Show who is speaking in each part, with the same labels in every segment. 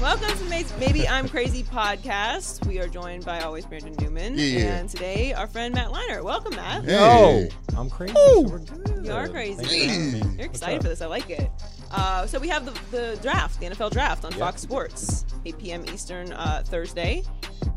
Speaker 1: Welcome to May- Maybe I'm Crazy podcast. We are joined by always Brandon Newman and today our friend Matt Liner. Welcome, Matt.
Speaker 2: Hey. I'm crazy. so we're good.
Speaker 1: You are crazy.
Speaker 2: Thanks for having me.
Speaker 1: You're
Speaker 2: What's
Speaker 1: excited
Speaker 2: up?
Speaker 1: for this. I like it. Uh, so we have the, the draft, the NFL draft on Fox Sports, 8 p.m. Eastern uh, Thursday.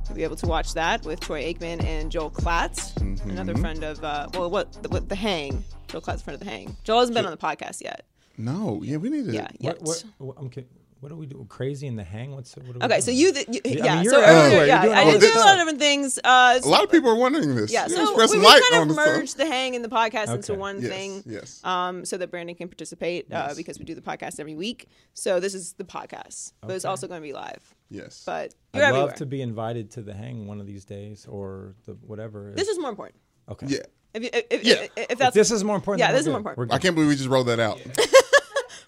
Speaker 1: You'll be able to watch that with Troy Aikman and Joel Klatt,
Speaker 2: Mm-hmm.
Speaker 1: another friend of uh, well, what the, what the Hang. Joel Klatt's friend of the Hang. Joel hasn't been on the podcast yet.
Speaker 2: No, yeah, we need to.
Speaker 1: Yeah, yet.
Speaker 2: What, what, what, I'm, ki- what do we do? Crazy in the hang? What's what do we
Speaker 1: Okay,
Speaker 2: do?
Speaker 1: so you, th- you yeah.
Speaker 2: mean,
Speaker 1: so
Speaker 2: you're everywhere.
Speaker 1: earlier,
Speaker 2: You're
Speaker 1: yeah,
Speaker 2: doing
Speaker 1: I
Speaker 2: all
Speaker 1: did
Speaker 2: this
Speaker 1: do a lot of
Speaker 2: stuff.
Speaker 1: different things. Uh,
Speaker 3: A lot of people are wondering this.
Speaker 1: Yeah, so
Speaker 3: Express
Speaker 1: we, we
Speaker 3: light
Speaker 1: kind
Speaker 3: on
Speaker 1: of
Speaker 3: the stuff.
Speaker 1: merged the hang and the podcast into
Speaker 2: Okay.
Speaker 1: one
Speaker 3: Yes,
Speaker 1: thing,
Speaker 3: yes.
Speaker 1: um, so that Brandon can participate uh, because we do the podcast every week. So this is the podcast, but it's also going to be live.
Speaker 3: Yes.
Speaker 1: But you're
Speaker 2: I'd
Speaker 1: everywhere.
Speaker 2: love to be invited to the hang one of these days or the whatever.
Speaker 1: This is more important.
Speaker 2: okay.
Speaker 3: yeah.
Speaker 1: If, you- if, if,
Speaker 3: Yeah.
Speaker 1: if, if that's
Speaker 2: This is more important.
Speaker 1: Yeah,
Speaker 2: then
Speaker 1: this is
Speaker 2: we're
Speaker 1: more
Speaker 2: good.
Speaker 1: important.
Speaker 2: We're
Speaker 3: I
Speaker 2: good.
Speaker 3: can't believe we just rolled that out.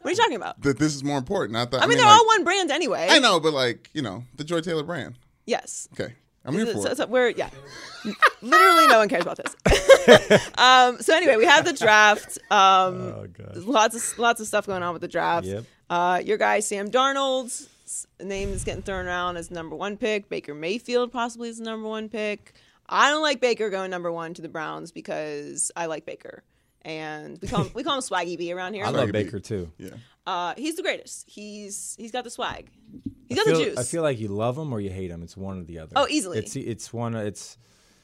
Speaker 1: what are you talking about?
Speaker 3: that this is more important. I thought.
Speaker 1: I mean, they're
Speaker 3: like,
Speaker 1: all one brand anyway.
Speaker 3: I know, but like you know, the Joy Taylor brand.
Speaker 1: Yes.
Speaker 3: Okay, I'm here
Speaker 1: So-
Speaker 3: for
Speaker 1: so-
Speaker 3: it.
Speaker 1: so we're yeah. Literally, no one cares about this. um, so anyway, we have the draft. Um,
Speaker 2: Oh, gosh.
Speaker 1: lots of lots of stuff going on with the draft.
Speaker 2: Yep.
Speaker 1: Uh, your guy Sam Darnold's s- name is getting thrown around as number one pick. Baker Mayfield possibly is the number one pick. I don't like Baker going number one to the Browns because I like Baker, and we call him, we call him Swaggy B around here.
Speaker 2: I love Baker too.
Speaker 3: yeah.
Speaker 1: Uh, he's the greatest. He's he's got the swag. He's got
Speaker 2: I feel,
Speaker 1: the juice.
Speaker 2: I feel like you love him or you hate him. It's one or the other.
Speaker 1: Oh, easily.
Speaker 2: It's it's one. It's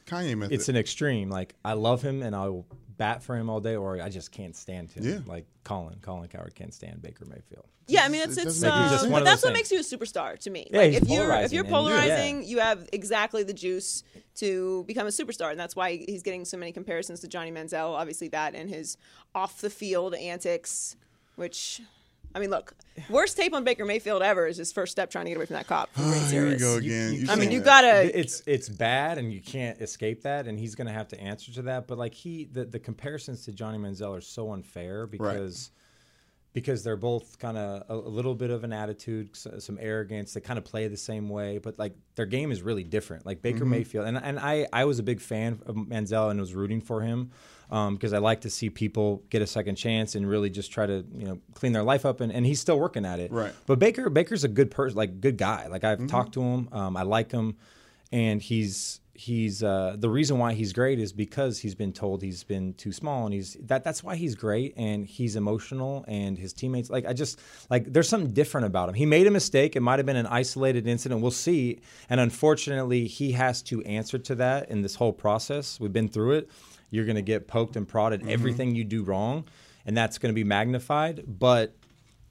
Speaker 3: Kanye method.
Speaker 2: it's an extreme. Like I love him and I will bat for him all day, or I just can't stand him.
Speaker 3: Yeah.
Speaker 2: Like Colin, Colin Coward can't stand Baker Mayfield.
Speaker 1: yeah, I mean it's
Speaker 3: it
Speaker 1: it's
Speaker 3: doesn't make
Speaker 2: you just
Speaker 1: uh,
Speaker 2: one
Speaker 1: but
Speaker 2: of
Speaker 1: that's
Speaker 2: those
Speaker 1: what makes
Speaker 2: things.
Speaker 1: you a superstar to me.
Speaker 2: Yeah,
Speaker 1: like,
Speaker 2: he's
Speaker 1: if you're if
Speaker 2: polarizing
Speaker 1: you're
Speaker 2: and- yeah.
Speaker 1: polarizing, you have exactly the juice to become a superstar, and that's why he's getting so many comparisons to Johnny Manziel. Obviously, that and his off the field antics, which. I mean, look, worst tape on Baker Mayfield ever is his first step trying to get away from that cop. from being
Speaker 3: Ah, Here we
Speaker 1: serious.
Speaker 3: go again.
Speaker 2: you-
Speaker 3: You've
Speaker 1: I mean,
Speaker 3: seen
Speaker 1: you
Speaker 3: that.
Speaker 1: gotta.
Speaker 2: it's it's bad and you can't escape that and he's going to have to answer to that but like he the, the comparisons to johnny manziel are so unfair because because they're both kind of a, a little bit of an attitude s- some arrogance they kind of play the same way but like their game is really different like baker mayfield and, and i i was a big fan of manziel and was rooting for him because I like to see people get a second chance and really just try to you know clean their life up, and, and he's still working at it.
Speaker 3: Right.
Speaker 2: But Baker Baker's a good person, like good guy. Like I've talked to him, um, I like him, and he's he's uh, the reason why he's great is because he's been told he's been too small, and he's that that's why he's great, and he's emotional, and his teammates like I just like there's something different about him. He made a mistake; it might have been an isolated incident. We'll see, and unfortunately, he has to answer to that in this whole process. We've been through it. You're going to get poked and prodded
Speaker 3: Mm-hmm.
Speaker 2: everything you do wrong, and that's going to be magnified. But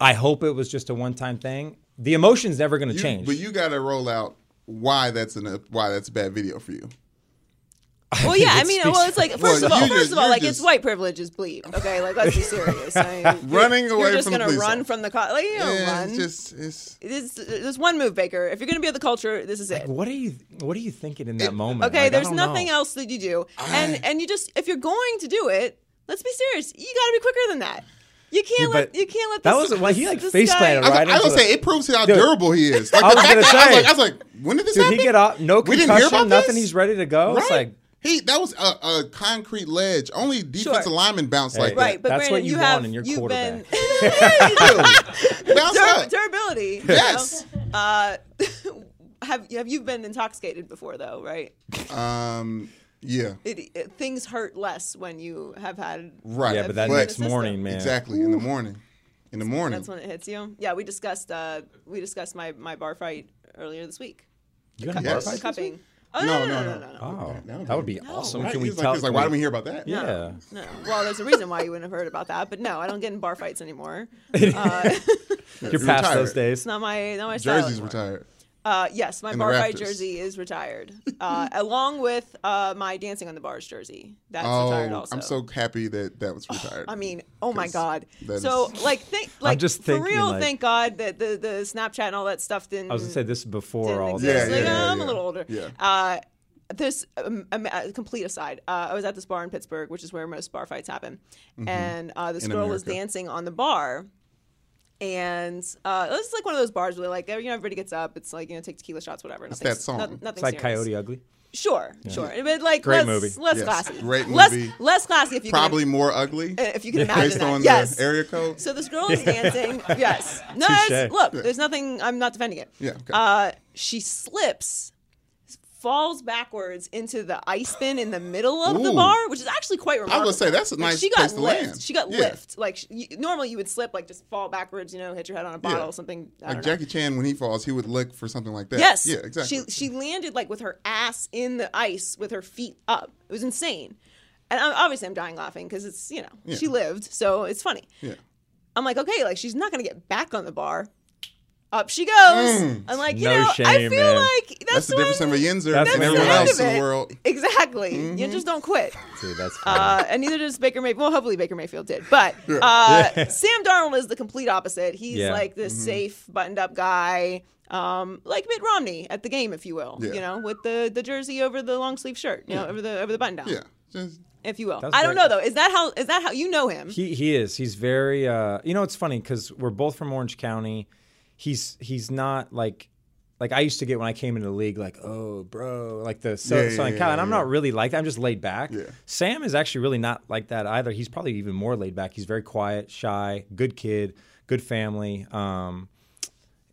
Speaker 2: I hope it was just a one time thing. The emotion's never going to
Speaker 3: You-
Speaker 2: change.
Speaker 3: But you gotta roll out why that's an why that's a bad video for you.
Speaker 1: Well, yeah, I
Speaker 2: it
Speaker 1: mean,
Speaker 2: speaks-
Speaker 1: well, it's like first of
Speaker 3: you
Speaker 1: all,
Speaker 3: just-
Speaker 1: first of all,
Speaker 3: you
Speaker 1: like
Speaker 3: just-
Speaker 1: it's white privilege is bleep. Okay, like let's be serious. I mean, you're-
Speaker 3: Running
Speaker 1: you're
Speaker 3: away
Speaker 1: just
Speaker 3: from the
Speaker 1: gonna
Speaker 3: police
Speaker 1: run
Speaker 3: officer.
Speaker 1: from the cop. Like you don't
Speaker 3: Yeah,
Speaker 1: run.
Speaker 3: it's just it's
Speaker 1: this there's one move, Baker. If you're gonna be at the culture, this is it.
Speaker 2: what are you What are you thinking in that moment?
Speaker 1: Okay,
Speaker 2: Like, I
Speaker 1: there's
Speaker 2: don't
Speaker 1: nothing
Speaker 2: know.
Speaker 1: else that you do, and and you just if you're going to do it, let's be serious. You got to be quicker than that. You can't
Speaker 2: Yeah,
Speaker 1: let
Speaker 2: but
Speaker 1: you can't let
Speaker 2: that
Speaker 1: this,
Speaker 2: was- well, he,
Speaker 1: this-
Speaker 2: like,
Speaker 1: this
Speaker 2: face
Speaker 1: guy-
Speaker 2: planted,
Speaker 3: I was,
Speaker 2: Right
Speaker 3: I was
Speaker 2: into
Speaker 3: gonna say
Speaker 2: the-
Speaker 3: it proves how
Speaker 2: Dude.
Speaker 3: durable he is. Like,
Speaker 2: I
Speaker 3: the
Speaker 2: was
Speaker 3: fact
Speaker 2: gonna
Speaker 3: that- I was
Speaker 2: say.
Speaker 3: like, I was like, when did this
Speaker 2: Did
Speaker 3: happen?
Speaker 2: he get off? No
Speaker 3: We didn't hear
Speaker 2: concussion.
Speaker 3: about
Speaker 2: Nothing.
Speaker 3: this?
Speaker 2: He's ready to go.
Speaker 3: Right?
Speaker 2: It's like
Speaker 3: he that was a, a concrete ledge. Only defensive
Speaker 1: Sure.
Speaker 3: lineman bounced like that.
Speaker 1: Right, but
Speaker 2: That's what
Speaker 1: Brandon,
Speaker 2: you want
Speaker 1: have
Speaker 2: in your
Speaker 1: you've been
Speaker 3: Bounce
Speaker 1: Dur-
Speaker 3: up.
Speaker 1: durability. you
Speaker 3: Yes.
Speaker 1: know? Uh, have have you been intoxicated before though? Right.
Speaker 3: Um, yeah,
Speaker 1: It, it, things hurt less when you have had.
Speaker 3: right.
Speaker 2: yeah, but that
Speaker 1: But-
Speaker 2: next morning, man.
Speaker 3: exactly in the morning, in the morning.
Speaker 1: That's when it hits you. Yeah, we discussed uh, we discussed my my bar fight earlier this week.
Speaker 2: You gonna
Speaker 3: Yes.
Speaker 2: bar fight?
Speaker 1: Cupping. Oh no no no no. no, no.
Speaker 2: Oh, that would be awesome.
Speaker 3: Right?
Speaker 2: Can we
Speaker 3: he's
Speaker 2: tell?
Speaker 3: like, he's like, why don't we hear about that?
Speaker 2: Yeah.
Speaker 1: No. Well, there's a reason why you wouldn't have heard about that, but no, I don't get in bar fights anymore.
Speaker 2: You're past
Speaker 3: retired.
Speaker 2: those days.
Speaker 1: It's not my not my style.
Speaker 3: Jersey's
Speaker 1: anymore.
Speaker 3: retired.
Speaker 1: Uh, yes, my
Speaker 3: And the
Speaker 1: bar fight
Speaker 3: Raptors.
Speaker 1: jersey is retired, uh, along with uh, my dancing on the bars jersey. That's retired
Speaker 3: Oh,
Speaker 1: also.
Speaker 3: I'm so happy that that was retired.
Speaker 1: I mean, oh my
Speaker 3: 'Cause
Speaker 1: god!
Speaker 3: that
Speaker 1: So
Speaker 3: is-
Speaker 1: like, think like
Speaker 2: just
Speaker 1: for
Speaker 2: thinking,
Speaker 1: real.
Speaker 2: like-
Speaker 1: thank God that the the Snapchat and all that stuff didn't.
Speaker 2: I was gonna say this is before
Speaker 1: didn't
Speaker 2: all
Speaker 1: exist.
Speaker 2: this.
Speaker 3: Yeah,
Speaker 1: Like,
Speaker 3: yeah, yeah,
Speaker 1: I'm
Speaker 3: yeah.
Speaker 1: a little older.
Speaker 3: Yeah.
Speaker 1: Uh, this um, um, uh, complete aside. Uh, I was at this bar in Pittsburgh, which is where most bar fights happen, and uh, this
Speaker 3: Mm-hmm. In
Speaker 1: girl was
Speaker 3: America.
Speaker 1: dancing on the bar. And uh, this is like one of those bars where, like, you know, everybody gets up. It's like you know, take tequila shots, whatever. It's
Speaker 3: that song.
Speaker 1: Nothing,
Speaker 2: It's like
Speaker 1: serious.
Speaker 2: Coyote Ugly.
Speaker 1: Sure, sure. But like, less,
Speaker 2: Great movie.
Speaker 1: less
Speaker 3: Yes,
Speaker 1: classy.
Speaker 3: great movie.
Speaker 1: Less, less classy if you
Speaker 3: probably
Speaker 1: can,
Speaker 3: more ugly
Speaker 1: if you can imagine
Speaker 3: based
Speaker 1: that.
Speaker 3: on
Speaker 1: yes.
Speaker 3: the area code.
Speaker 1: So this girl is dancing. yes. No, it's,
Speaker 2: Touche.
Speaker 1: look, there's nothing. I'm not defending it.
Speaker 3: Yeah, okay.
Speaker 1: Uh, she slips, falls backwards into the ice bin in the middle of the
Speaker 3: Ooh.
Speaker 1: bar, which is actually quite remarkable.
Speaker 3: say, that's a nice
Speaker 1: she got
Speaker 3: place to
Speaker 1: lift.
Speaker 3: land.
Speaker 1: She got
Speaker 3: Yeah.
Speaker 1: lift. Like sh- you, normally you would slip, like just fall backwards, you know, hit your head on a bottle,
Speaker 3: Yeah.
Speaker 1: something. I
Speaker 3: like
Speaker 1: don't know.
Speaker 3: Jackie Chan, when he falls, he would look for something like that.
Speaker 1: Yes.
Speaker 3: Yeah, exactly.
Speaker 1: She she landed like with her ass in the ice with her feet up. It was insane. And I'm, obviously I'm dying laughing because it's, you know,
Speaker 3: Yeah.
Speaker 1: she lived, so it's funny.
Speaker 3: yeah.
Speaker 1: I'm like, okay, like she's not gonna get back on the bar. Up she goes. I'm like, you
Speaker 2: No
Speaker 1: know, I feel
Speaker 2: shame, man.
Speaker 1: like that's,
Speaker 3: Mm. That's the difference
Speaker 1: when-
Speaker 3: between a Yinzer
Speaker 2: That's
Speaker 3: and
Speaker 2: the
Speaker 3: everyone
Speaker 2: end
Speaker 1: end
Speaker 3: else
Speaker 1: of
Speaker 3: in
Speaker 1: it.
Speaker 3: the world. Mm-hmm.
Speaker 1: Exactly. You just don't quit.
Speaker 2: Dude, that's funny.
Speaker 1: Uh, and neither does Baker Mayfield. Well, hopefully Baker Mayfield did, but uh, Sam Darnold is the complete opposite. He's
Speaker 2: Yeah.
Speaker 1: like this
Speaker 3: Mm-hmm.
Speaker 1: safe, buttoned-up guy, um, like Mitt Romney at the game, if you will.
Speaker 3: Yeah.
Speaker 1: You know, with the, the jersey over the long sleeve shirt, you know, over the over the button down,
Speaker 3: Yeah. Just
Speaker 1: if you will.
Speaker 2: That's
Speaker 1: I don't
Speaker 2: great.
Speaker 1: know though. Is that how? Is that how you know him?
Speaker 2: He he is. He's very. Uh, you know, it's funny because we're both from Orange County. He's he's not like like I used to get when I came into the league. Like, oh, bro, like the so,
Speaker 3: Yeah,
Speaker 2: Southern
Speaker 3: yeah,
Speaker 2: Cal.
Speaker 3: yeah,
Speaker 2: And I'm
Speaker 3: yeah.
Speaker 2: not really like that. I'm just laid back.
Speaker 3: Yeah.
Speaker 2: Sam is actually really not like that either. He's probably even more laid back. He's very quiet, shy, good kid, good family. Um,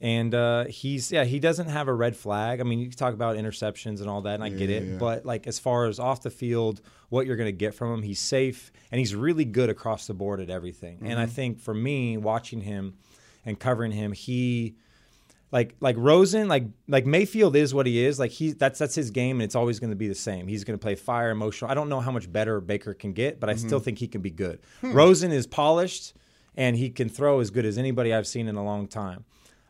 Speaker 2: and uh, he's yeah, he doesn't have a red flag. I mean, you can talk about interceptions and all that, and I get it. But like as far as off the field, what you're going to get from him, he's safe and he's really good across the board at everything. And I think for me, watching him and covering him, he like like Rosen, like like Mayfield is what he is. Like he that's that's his game, and it's always going to be the same. He's going to play fire, emotional. I don't know how much better Baker can get, but I still think he can be good. Rosen is polished, and he can throw as good as anybody I've seen in a long time.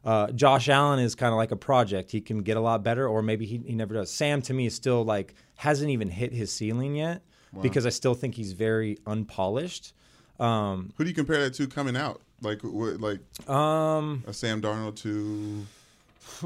Speaker 2: Uh, Josh Allen is kind of like a project. He can get a lot better, or maybe he, he never does. Sam to me is still like hasn't even hit his ceiling yet because I still think he's very unpolished.
Speaker 3: who do you compare that to coming out? Like what, like um a Sam Darnold to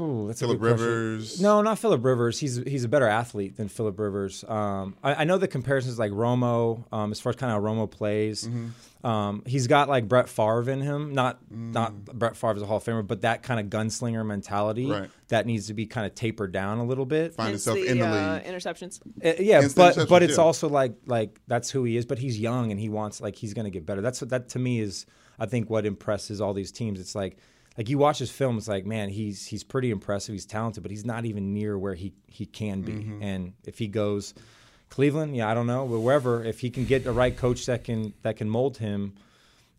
Speaker 2: Ooh, that's a
Speaker 3: Philip
Speaker 2: good question.
Speaker 3: Rivers.
Speaker 2: No, not Philip Rivers. He's he's a better athlete than Philip Rivers. Um, I, I know the comparisons like Romo, um, as far as kind of how Romo plays.
Speaker 3: Mm-hmm.
Speaker 2: Um, he's got like Brett Favre in him. Not
Speaker 3: Mm.
Speaker 2: not Brett Favre's a Hall of Famer, but that kind of gunslinger mentality
Speaker 3: Right.
Speaker 2: that needs to be kind of tapered down a little bit.
Speaker 3: find
Speaker 1: Hence
Speaker 3: himself in the
Speaker 1: uh,
Speaker 3: league?
Speaker 1: interceptions.
Speaker 2: Uh, yeah,
Speaker 3: Instant
Speaker 2: but but
Speaker 3: interceptions,
Speaker 2: it's
Speaker 3: yeah.
Speaker 2: also like like that's who he is. But he's young and he wants like he's gonna get better. That's what that to me is I think what impresses all these teams. It's like like you watch his film. It's like man, he's he's pretty impressive. He's talented, but he's not even near where he he can be.
Speaker 3: Mm-hmm.
Speaker 2: And if he goes Cleveland, yeah, I don't know, but wherever if he can get the right coach that can that can mold him.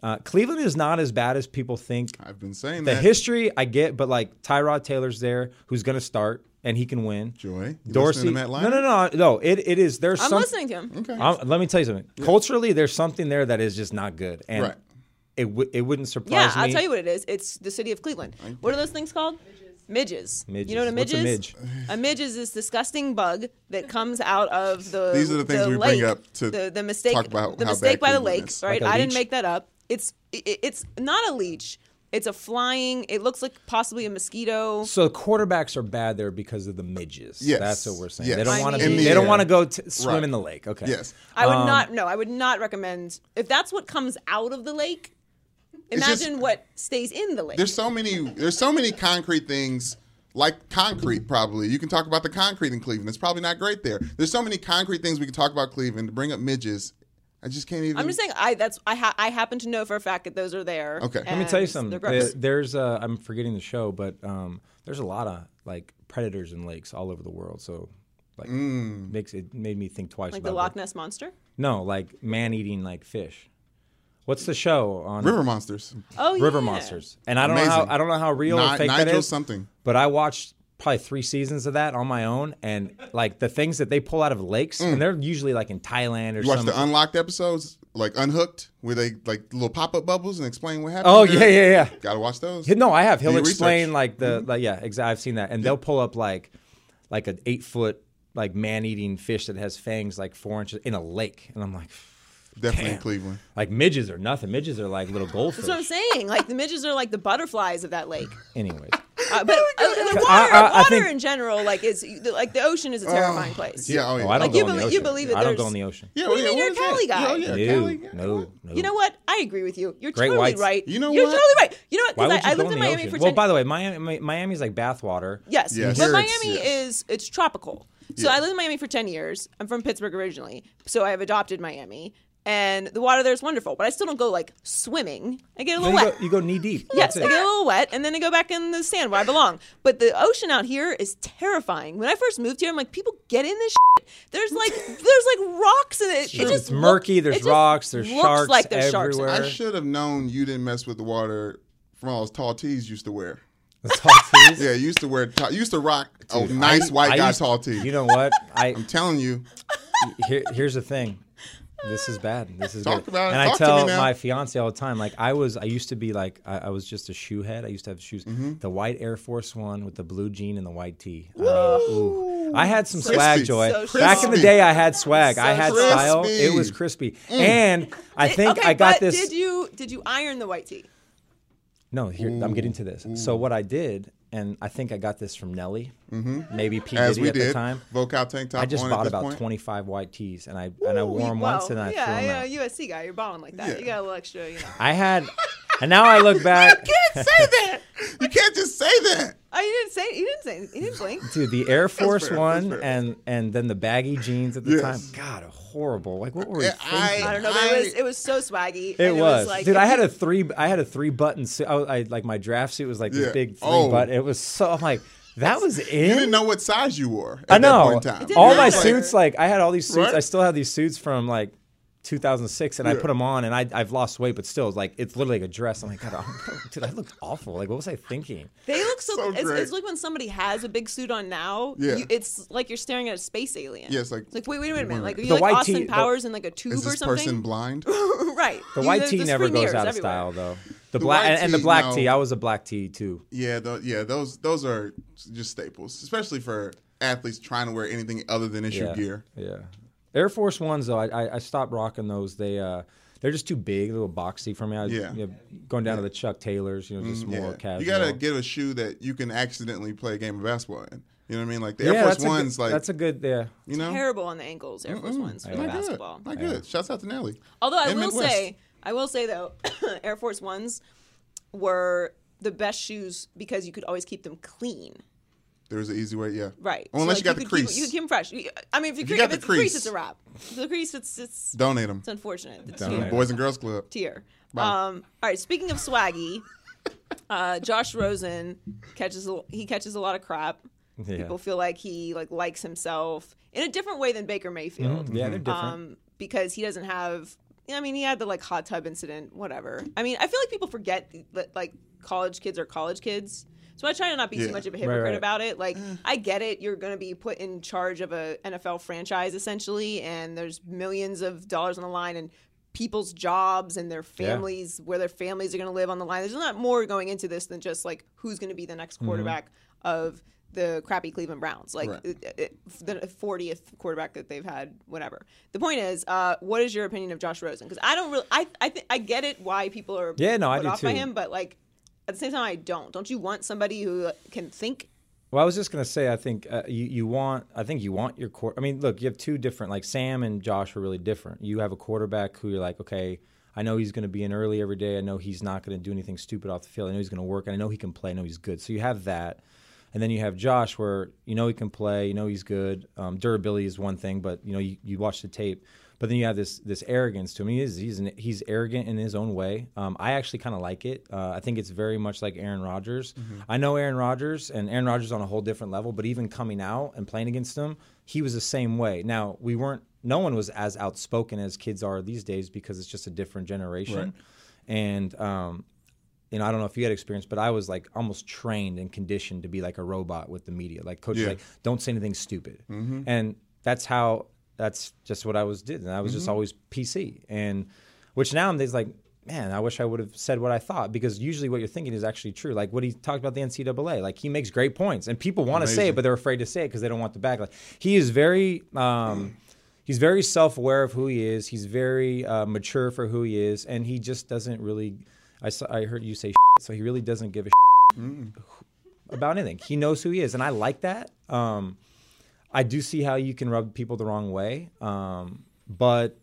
Speaker 2: Uh, Cleveland is not as bad as people think
Speaker 3: I've been saying
Speaker 2: the
Speaker 3: that.
Speaker 2: history I get, but like Tyrod Taylor's there, who's going to start and he can win.
Speaker 3: Joy, you
Speaker 2: Dorsey.
Speaker 3: listening to Matt
Speaker 2: no,
Speaker 3: Lyon?
Speaker 2: no, no, no. It it is. There's.
Speaker 1: I'm
Speaker 2: some-
Speaker 1: listening to him.
Speaker 2: I'm- let me tell you something. Culturally, there's something there that is just not good, and
Speaker 3: Right.
Speaker 2: it w- it wouldn't surprise
Speaker 1: Yeah,
Speaker 2: me.
Speaker 1: I'll tell you what it is. It's the city of Cleveland. What are those things called? Midges. You know what a midge
Speaker 2: Midges.
Speaker 1: is?
Speaker 2: What's a
Speaker 1: A midge is this disgusting bug that comes out of the
Speaker 3: These are the things we bring
Speaker 1: lake,
Speaker 3: up to
Speaker 1: the, the mistake
Speaker 3: talk about
Speaker 1: the
Speaker 3: how
Speaker 1: mistake
Speaker 3: bad
Speaker 1: by the
Speaker 3: Cleveland
Speaker 1: lake,
Speaker 3: is.
Speaker 1: right?
Speaker 2: Like a
Speaker 1: I didn't
Speaker 2: leech?
Speaker 1: make that up. It's it, it's not a leech. It's a flying. It looks like possibly a mosquito.
Speaker 2: So quarterbacks are bad there because of the midges.
Speaker 3: Yes.
Speaker 2: that's what we're saying.
Speaker 3: Yes.
Speaker 2: They
Speaker 3: I
Speaker 2: don't want to.
Speaker 1: mean-
Speaker 2: be.
Speaker 1: In the
Speaker 2: they don't
Speaker 3: air.
Speaker 2: want to go t- swim
Speaker 3: Right.
Speaker 2: in the lake. Okay. Um,
Speaker 3: Yes.
Speaker 1: I would not. No, I would not recommend. If that's what comes out of the lake,
Speaker 3: just-
Speaker 1: imagine what stays in the lake.
Speaker 3: There's so many there's so many concrete things like concrete probably. You can talk about the concrete in Cleveland. It's probably not great there. There's so many concrete things we can talk about Cleveland to bring up midges. I just can't even
Speaker 1: I'm just saying. I that's I ha- I happen to know for a fact that those are there.
Speaker 3: Okay. Let me
Speaker 2: Let me tell you
Speaker 1: and
Speaker 2: something.
Speaker 1: they're gross.
Speaker 2: There- there's uh, I'm forgetting the show, but um, there's a lot of like predators in lakes all over the world. So like
Speaker 3: Mm.
Speaker 2: makes it made me think twice
Speaker 1: like
Speaker 2: about
Speaker 1: the
Speaker 2: that.
Speaker 1: Loch Ness monster.
Speaker 2: No, like man eating like fish. What's the show on
Speaker 3: River Monsters.
Speaker 1: Oh,
Speaker 2: River
Speaker 1: yeah.
Speaker 2: Monsters? And I don't know how
Speaker 3: Amazing.
Speaker 2: I don't know how real
Speaker 3: Ni-
Speaker 2: or fake that
Speaker 3: Nigel
Speaker 2: is.
Speaker 3: something.
Speaker 2: But I watched probably three seasons of that on my own, and like the things that they pull out of lakes, and they're usually like in Thailand or
Speaker 3: Mm. You watch
Speaker 2: some.
Speaker 3: the unlocked episodes, like Unhooked, where they like little pop up bubbles and explain what happened.
Speaker 2: oh yeah, yeah, yeah.
Speaker 3: Gotta watch those.
Speaker 2: Yeah, No, I have. He'll
Speaker 3: your
Speaker 2: explain
Speaker 3: research. Mm-hmm.
Speaker 2: like the like yeah, exactly. I've seen that, and they'll pull up like like an eight foot like man eating fish that has fangs like four inches in a lake, and I'm like,
Speaker 3: Definitely in
Speaker 2: Damn.
Speaker 3: Cleveland.
Speaker 2: like midges are nothing. Midges are like little goldfish.
Speaker 1: That's what I'm saying. Like the midges are like the butterflies of that lake.
Speaker 2: Anyways,
Speaker 1: Uh, but uh, the water,
Speaker 2: I- I- I
Speaker 1: water
Speaker 2: think-
Speaker 1: in general, like is like the ocean is a terrifying place.
Speaker 3: Yeah, oh yeah.
Speaker 2: oh, I don't
Speaker 1: Like,
Speaker 2: go
Speaker 1: you
Speaker 2: in the
Speaker 1: belie- you
Speaker 2: ocean.
Speaker 1: believe that
Speaker 2: I don't
Speaker 1: there's-
Speaker 2: go in the ocean.
Speaker 3: yeah,
Speaker 1: What do you mean
Speaker 3: what
Speaker 1: you're a
Speaker 3: is that?
Speaker 1: Cali guy?
Speaker 3: Yeah, oh, yeah,
Speaker 2: No,
Speaker 3: Cali, yeah.
Speaker 2: no, no.
Speaker 1: You know what? I agree with you. You're
Speaker 2: Great
Speaker 1: totally
Speaker 2: whites.
Speaker 1: right.
Speaker 3: You know
Speaker 1: You're
Speaker 3: what?
Speaker 1: totally right. You know what?
Speaker 2: Why
Speaker 1: 'Cause
Speaker 2: would you
Speaker 1: I, I
Speaker 2: go
Speaker 1: lived
Speaker 2: in
Speaker 1: in
Speaker 2: the
Speaker 1: Miami
Speaker 2: ocean?
Speaker 1: for 10
Speaker 2: Well, by the way, Miami, Miami's like bathwater.
Speaker 1: Yes.
Speaker 3: Yes.
Speaker 1: But
Speaker 3: Here
Speaker 1: Miami
Speaker 3: it's- yes.
Speaker 1: is it's tropical. So
Speaker 3: Yeah.
Speaker 1: I lived in Miami for 10 years. I'm from Pittsburgh originally. So I have adopted Miami and the water there is wonderful, but I still don't go like swimming. I get a
Speaker 2: You
Speaker 1: little
Speaker 2: go,
Speaker 1: wet.
Speaker 2: you go knee deep.
Speaker 1: Yes, I
Speaker 2: That's
Speaker 1: get a
Speaker 2: it.
Speaker 1: little wet, and then I go back in the sand where I belong. But the ocean out here is terrifying. When I first moved here, I'm like, people get in this. Shit. There's like, there's like rocks in it. it
Speaker 2: true.
Speaker 1: just
Speaker 2: It's murky,
Speaker 1: look-
Speaker 2: there's
Speaker 1: it just
Speaker 2: rocks, there's
Speaker 1: looks
Speaker 2: sharks
Speaker 1: like there's sharks in it.
Speaker 2: everywhere.
Speaker 3: I should have known you didn't mess with the water from all those tall tees you used to wear.
Speaker 2: That's all it is.
Speaker 3: Yeah, you used to wear. ta- you used to rock a nice white
Speaker 2: I
Speaker 3: guy
Speaker 2: used-
Speaker 3: tall tee.
Speaker 2: You know what? I
Speaker 3: I'm telling you,
Speaker 2: here, here's the thing. This is bad. This is
Speaker 3: Talk
Speaker 2: bad.
Speaker 3: about it.
Speaker 2: And
Speaker 3: Talk to
Speaker 2: I
Speaker 3: me
Speaker 2: tell
Speaker 3: now.
Speaker 2: my fiance all the time. Like I was, I used to be like I, I was just a shoe head. I used to have shoes.
Speaker 3: Mm-hmm.
Speaker 2: The white Air Force One with the blue jean and the white tee. I, mean, ooh. I had some swag,
Speaker 3: crispy.
Speaker 2: Joy.
Speaker 1: So
Speaker 2: Back in the
Speaker 3: crispy.
Speaker 2: day, I had swag. I had
Speaker 3: crispy. Mm.
Speaker 2: style. It was crispy. And I think
Speaker 1: okay,
Speaker 2: I got
Speaker 1: but
Speaker 2: this.
Speaker 1: Did you did you iron the white tee?
Speaker 2: No, here I'm getting to this.
Speaker 3: Mm.
Speaker 2: So what I did, and I think I got this from Nelly, maybe P
Speaker 3: Mm-hmm. as
Speaker 2: Diddy
Speaker 3: we
Speaker 2: at
Speaker 3: did,
Speaker 2: the time.
Speaker 3: vocal tank top.
Speaker 2: I just
Speaker 3: on at
Speaker 2: bought
Speaker 3: this
Speaker 2: about
Speaker 3: point.
Speaker 2: 25 white tees, and I and I wore them
Speaker 1: Well,
Speaker 2: once, and I
Speaker 1: yeah,
Speaker 2: threw them out.
Speaker 1: yeah, USC guy, you're balling like that.
Speaker 3: Yeah.
Speaker 1: You got a little extra, you know.
Speaker 2: I had, and now I look back.
Speaker 3: You can't say that. You can't just say that.
Speaker 1: Oh, you didn't say, you didn't say, you didn't blink.
Speaker 2: Dude, the Air Force
Speaker 3: fair, that's
Speaker 2: One
Speaker 3: fair.
Speaker 2: and and then the baggy jeans at the
Speaker 3: Yes.
Speaker 2: time. God, horrible! Like what were we
Speaker 3: Yeah,
Speaker 2: thinking?
Speaker 3: I-
Speaker 1: I don't know, but it was it was so swaggy.
Speaker 2: It
Speaker 1: and
Speaker 2: was,
Speaker 1: like,
Speaker 2: dude. I had a three. I had a three button suit. I, was- I like my draft suit was like
Speaker 3: Yeah.
Speaker 2: this big three
Speaker 3: Oh.
Speaker 2: button. It was so. I'm like, that was it.
Speaker 3: You didn't know what size you wore. At
Speaker 2: I know.
Speaker 3: That point in time.
Speaker 2: All
Speaker 3: It's
Speaker 2: my
Speaker 3: like,
Speaker 2: suits, like I had all these suits.
Speaker 3: Right?
Speaker 2: I still have these suits from like 2006, and I put them on, and I, I've lost weight, but still, like it's literally like a dress. I'm like, God, I'm, dude, I looked awful. Like, what was I thinking?
Speaker 1: They look so.
Speaker 3: So
Speaker 1: it's,
Speaker 3: great.
Speaker 1: it's like when somebody has a big suit on now.
Speaker 3: Yeah.
Speaker 1: You, it's like you're staring at a space alien.
Speaker 3: Yeah, it's like-
Speaker 1: wait, wait a minute, man. Like are you
Speaker 2: The
Speaker 1: like
Speaker 2: white
Speaker 1: Austin
Speaker 2: tee- the-
Speaker 1: Powers in like a tube
Speaker 3: Is
Speaker 1: or
Speaker 3: this person
Speaker 1: something?
Speaker 3: blind?
Speaker 1: right.
Speaker 2: The
Speaker 1: You-
Speaker 2: white
Speaker 1: there's-
Speaker 2: tee
Speaker 1: there's
Speaker 2: never
Speaker 1: free
Speaker 2: goes
Speaker 1: mirrors
Speaker 2: out of
Speaker 1: everywhere.
Speaker 2: style, though. The,
Speaker 3: white
Speaker 2: black and, and the
Speaker 3: tee,
Speaker 2: black
Speaker 3: no.
Speaker 2: tee. I was a black tee too.
Speaker 3: Yeah, tho- yeah, those those are just staples, especially for athletes trying to wear anything other than issue
Speaker 2: yeah.
Speaker 3: gear.
Speaker 2: Yeah. Air Force Ones though, I, I, I stopped rocking those. They uh, they're just too big, a little boxy for me. I,
Speaker 3: Yeah. Mm,
Speaker 2: you know, going down to the Chuck Taylors, you know, just more
Speaker 3: Yeah.
Speaker 2: casual.
Speaker 3: You gotta get a shoe that you can accidentally play a game of basketball in. You know what I mean? Like the
Speaker 2: yeah,
Speaker 3: Air Force
Speaker 2: that's a good-
Speaker 3: Ones, like
Speaker 2: that's a good yeah.
Speaker 3: you know,
Speaker 1: Terrible on the ankles, Air Force Ones for
Speaker 3: not good,
Speaker 1: basketball.
Speaker 3: not good. Shouts out to Nelly.
Speaker 1: Although I
Speaker 3: And
Speaker 1: will
Speaker 3: Midwest.
Speaker 1: say, I will say though, Air Force Ones were the best shoes because you could always keep them clean.
Speaker 3: there's an easy way. Yeah,
Speaker 1: Right. So, like,
Speaker 3: Unless you got the
Speaker 1: could keep-
Speaker 3: crease,
Speaker 1: you could keep them fresh. You- I mean, if, you
Speaker 3: If
Speaker 1: cre-
Speaker 3: you got
Speaker 1: if
Speaker 3: the
Speaker 1: it's a crease,
Speaker 3: crease.
Speaker 1: it's a wrap. If the crease, it's it's, it's
Speaker 3: donate them.
Speaker 1: unfortunate. It's
Speaker 2: Donate.
Speaker 3: Boys and Girls Club.
Speaker 1: tier. Um, all right. Speaking of swaggy, uh, Josh Rosen catches a, he catches a lot of crap.
Speaker 2: Yeah.
Speaker 1: People feel like he like likes himself in a different way than Baker Mayfield
Speaker 2: yeah, they're different.
Speaker 1: um, because he doesn't have. I mean, he had the like hot tub incident, whatever. I mean, I feel like people forget that like college kids are college kids. So I try to not be
Speaker 3: Yeah.
Speaker 1: too much of a hypocrite
Speaker 2: right.
Speaker 1: about it. Like, I get it. You're going to be put in charge of a NFL franchise essentially, and there's millions of dollars on the line and people's jobs and their families, where their families are going to live on the line. There's a lot more going into this than just like who's going to be the next
Speaker 2: Mm-hmm.
Speaker 1: quarterback of the crappy Cleveland Browns. Like,
Speaker 3: Right.
Speaker 1: it- it- the 40th quarterback that they've had, whatever. The point is, uh, what is your opinion of Josh Rosen? Because I don't really, I, I, th- I get it why people are
Speaker 2: Yeah, no, I
Speaker 1: put
Speaker 2: do
Speaker 1: off by
Speaker 2: too.
Speaker 1: him, but like at the same time, I don't. Don't you want somebody who can think?
Speaker 2: Well, I was just gonna say, I think uh, you you want, I think you want your quarter. I mean, look, you have two different. Like Sam and Josh are really different. You have a quarterback who you're like, okay, I know he's gonna be in early every day. I know he's not gonna do anything stupid off the field. I know he's gonna work. and I know he can play. I know he's good. So you have that, and then you have Josh, where you know he can play. You know he's good. Um, durability is one thing, but you know you, you watch the tape. But then you have this this arrogance to him. He is he's an, he's arrogant in his own way. Um, I actually kind of like it. Uh, I think it's very much like Aaron Rodgers. I know Aaron Rodgers, and Aaron Rodgers is on a whole different level. But even coming out and playing against him, he was the same way. Now we weren't. No one was as outspoken as kids are these days because it's just a different generation. And um, you know, I don't know if you had experience, but I was like almost trained and conditioned to be like a robot with the media. Like coach, was
Speaker 3: Yeah. Mm-hmm.
Speaker 2: like don't say anything stupid, and that's how that's just what I was did, and I was just
Speaker 3: Mm-hmm.
Speaker 2: always PC, and which now I'm just like. Man, I wish I would have said what I thought because usually what you're thinking is actually true. Like what he talked about the NCAA, like he makes great points and people want to say it,
Speaker 3: Amazing.
Speaker 2: but they're afraid to say it because they don't want the backlash. He is very, um, he's very self-aware of who he is. He's very uh, mature for who he is, and he just doesn't really. I saw, I heard you say, shit, so he really doesn't give a shit about anything. He knows who he is, and I like that. Um, I do see how you can rub people the wrong way, um, but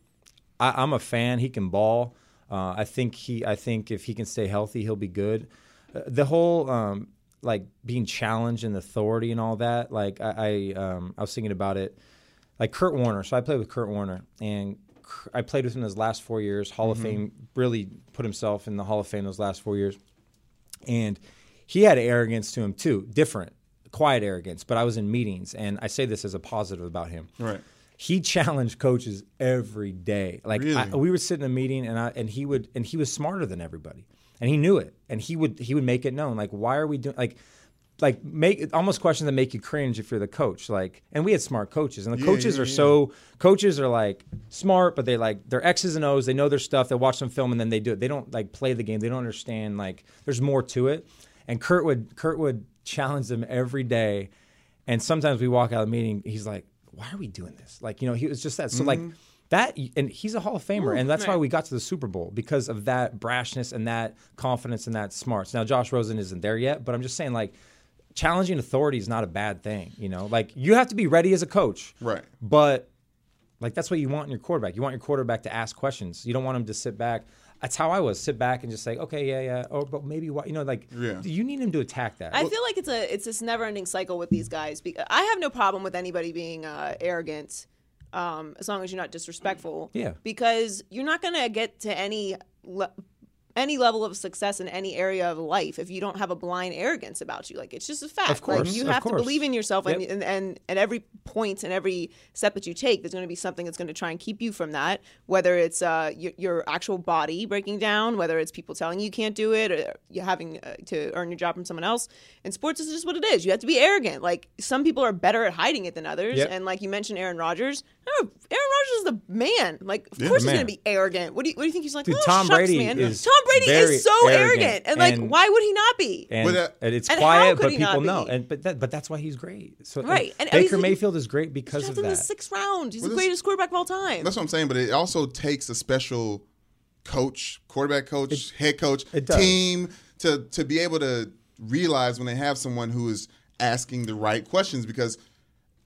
Speaker 2: I, I'm a fan. He can ball. Uh, I think he. I think if he can stay healthy, he'll be good. Uh, the whole um, like being challenged and authority and all that. Like I, I, um, I was thinking about it. Like Kurt Warner. So I played with Kurt Warner, and K- I played with him those last four years. Hall of Fame really put himself in the Hall of Fame those last four years and he had arrogance to him too, different, quiet arrogance. But I was in meetings, and I say this as a positive about him.
Speaker 3: Right.
Speaker 2: He challenged coaches every day. Like I,
Speaker 3: Really?
Speaker 2: we would sit in a meeting, and I and he would and he was smarter than everybody, and he knew it, and he would he would make it known. Like why are we doing like. Like make almost questions that make you cringe if you're the coach. Like, and we had smart coaches, and the coaches
Speaker 3: yeah,
Speaker 2: are
Speaker 3: yeah.
Speaker 2: so coaches are like smart, but they like their X's and O's. They know their stuff. They watch some film and then they do it. They don't like play the game. They don't understand like there's more to it. And Kurt would Kurt would challenge them every day. And sometimes we walk out of the meeting. He's like, "Why are we doing this?" Like you know, he was just that. So like
Speaker 3: Mm-hmm.
Speaker 2: that, and he's a Hall of Famer, and that's why
Speaker 1: right.
Speaker 2: we got to the Super Bowl because of that brashness and that confidence and that smarts. Now Josh Rosen isn't there yet, but I'm just saying like. Challenging authority is not a bad thing, you know. Like you have to be ready as a coach,
Speaker 3: Right.
Speaker 2: but like that's what you want in your quarterback. You want your quarterback to ask questions. You don't want him to sit back. That's how I was. Sit back and just say, okay, yeah, yeah. Or but maybe why? You know, like
Speaker 3: Yeah.
Speaker 2: you need him to attack that.
Speaker 1: I feel like it's a it's this never ending cycle with these guys. Because I have no problem with anybody being uh, arrogant, um, as long as you're not disrespectful.
Speaker 2: Yeah.
Speaker 1: Because you're not gonna get to any le- any level of success in any area of life if you don't have a blind arrogance about you. Like it's just a fact.
Speaker 2: Of course,
Speaker 1: like you
Speaker 2: of
Speaker 1: have to
Speaker 2: course.
Speaker 1: believe in yourself, and,
Speaker 2: Yep.
Speaker 1: and and at every point and every step that you take, there's going to be something that's going to try and keep you from that. Whether it's uh, your, your actual body breaking down, whether it's people telling you you can't do it, or you having uh, to earn your job from someone else. And sports is just what it is. You have to be arrogant. Like some people are better at hiding it than others.
Speaker 2: Yep.
Speaker 1: And like you mentioned, Aaron Rodgers. Oh, Aaron Rodgers is the man. Like of
Speaker 3: Yeah.
Speaker 1: course
Speaker 2: The
Speaker 1: he's going
Speaker 2: man.
Speaker 1: to be arrogant. What do you what do you think he's like?
Speaker 2: Dude,
Speaker 1: oh,
Speaker 2: Tom
Speaker 1: shucks,
Speaker 2: Brady
Speaker 1: man.
Speaker 2: is
Speaker 1: Tom Brady
Speaker 2: very
Speaker 1: is so
Speaker 2: arrogant,
Speaker 1: arrogant. And like
Speaker 2: and-
Speaker 1: why would he not be?
Speaker 2: and,
Speaker 3: But, uh,
Speaker 2: and it's
Speaker 1: and how
Speaker 2: quiet,
Speaker 1: could
Speaker 2: but
Speaker 1: he not
Speaker 2: people know.
Speaker 1: be?
Speaker 2: And but that, but that's why he's great. So and
Speaker 1: Right, and- I mean,
Speaker 2: Baker
Speaker 1: he's-
Speaker 2: Mayfield is great because of
Speaker 1: Drafted in the
Speaker 2: that.
Speaker 1: sixth round. He's
Speaker 3: Well,
Speaker 1: the
Speaker 3: this-
Speaker 1: greatest quarterback of all time.
Speaker 3: That's what I'm saying, but it also takes a special coach, quarterback coach, head coach,
Speaker 2: it does.
Speaker 3: team to to be able to realize when they have someone who is asking the right questions because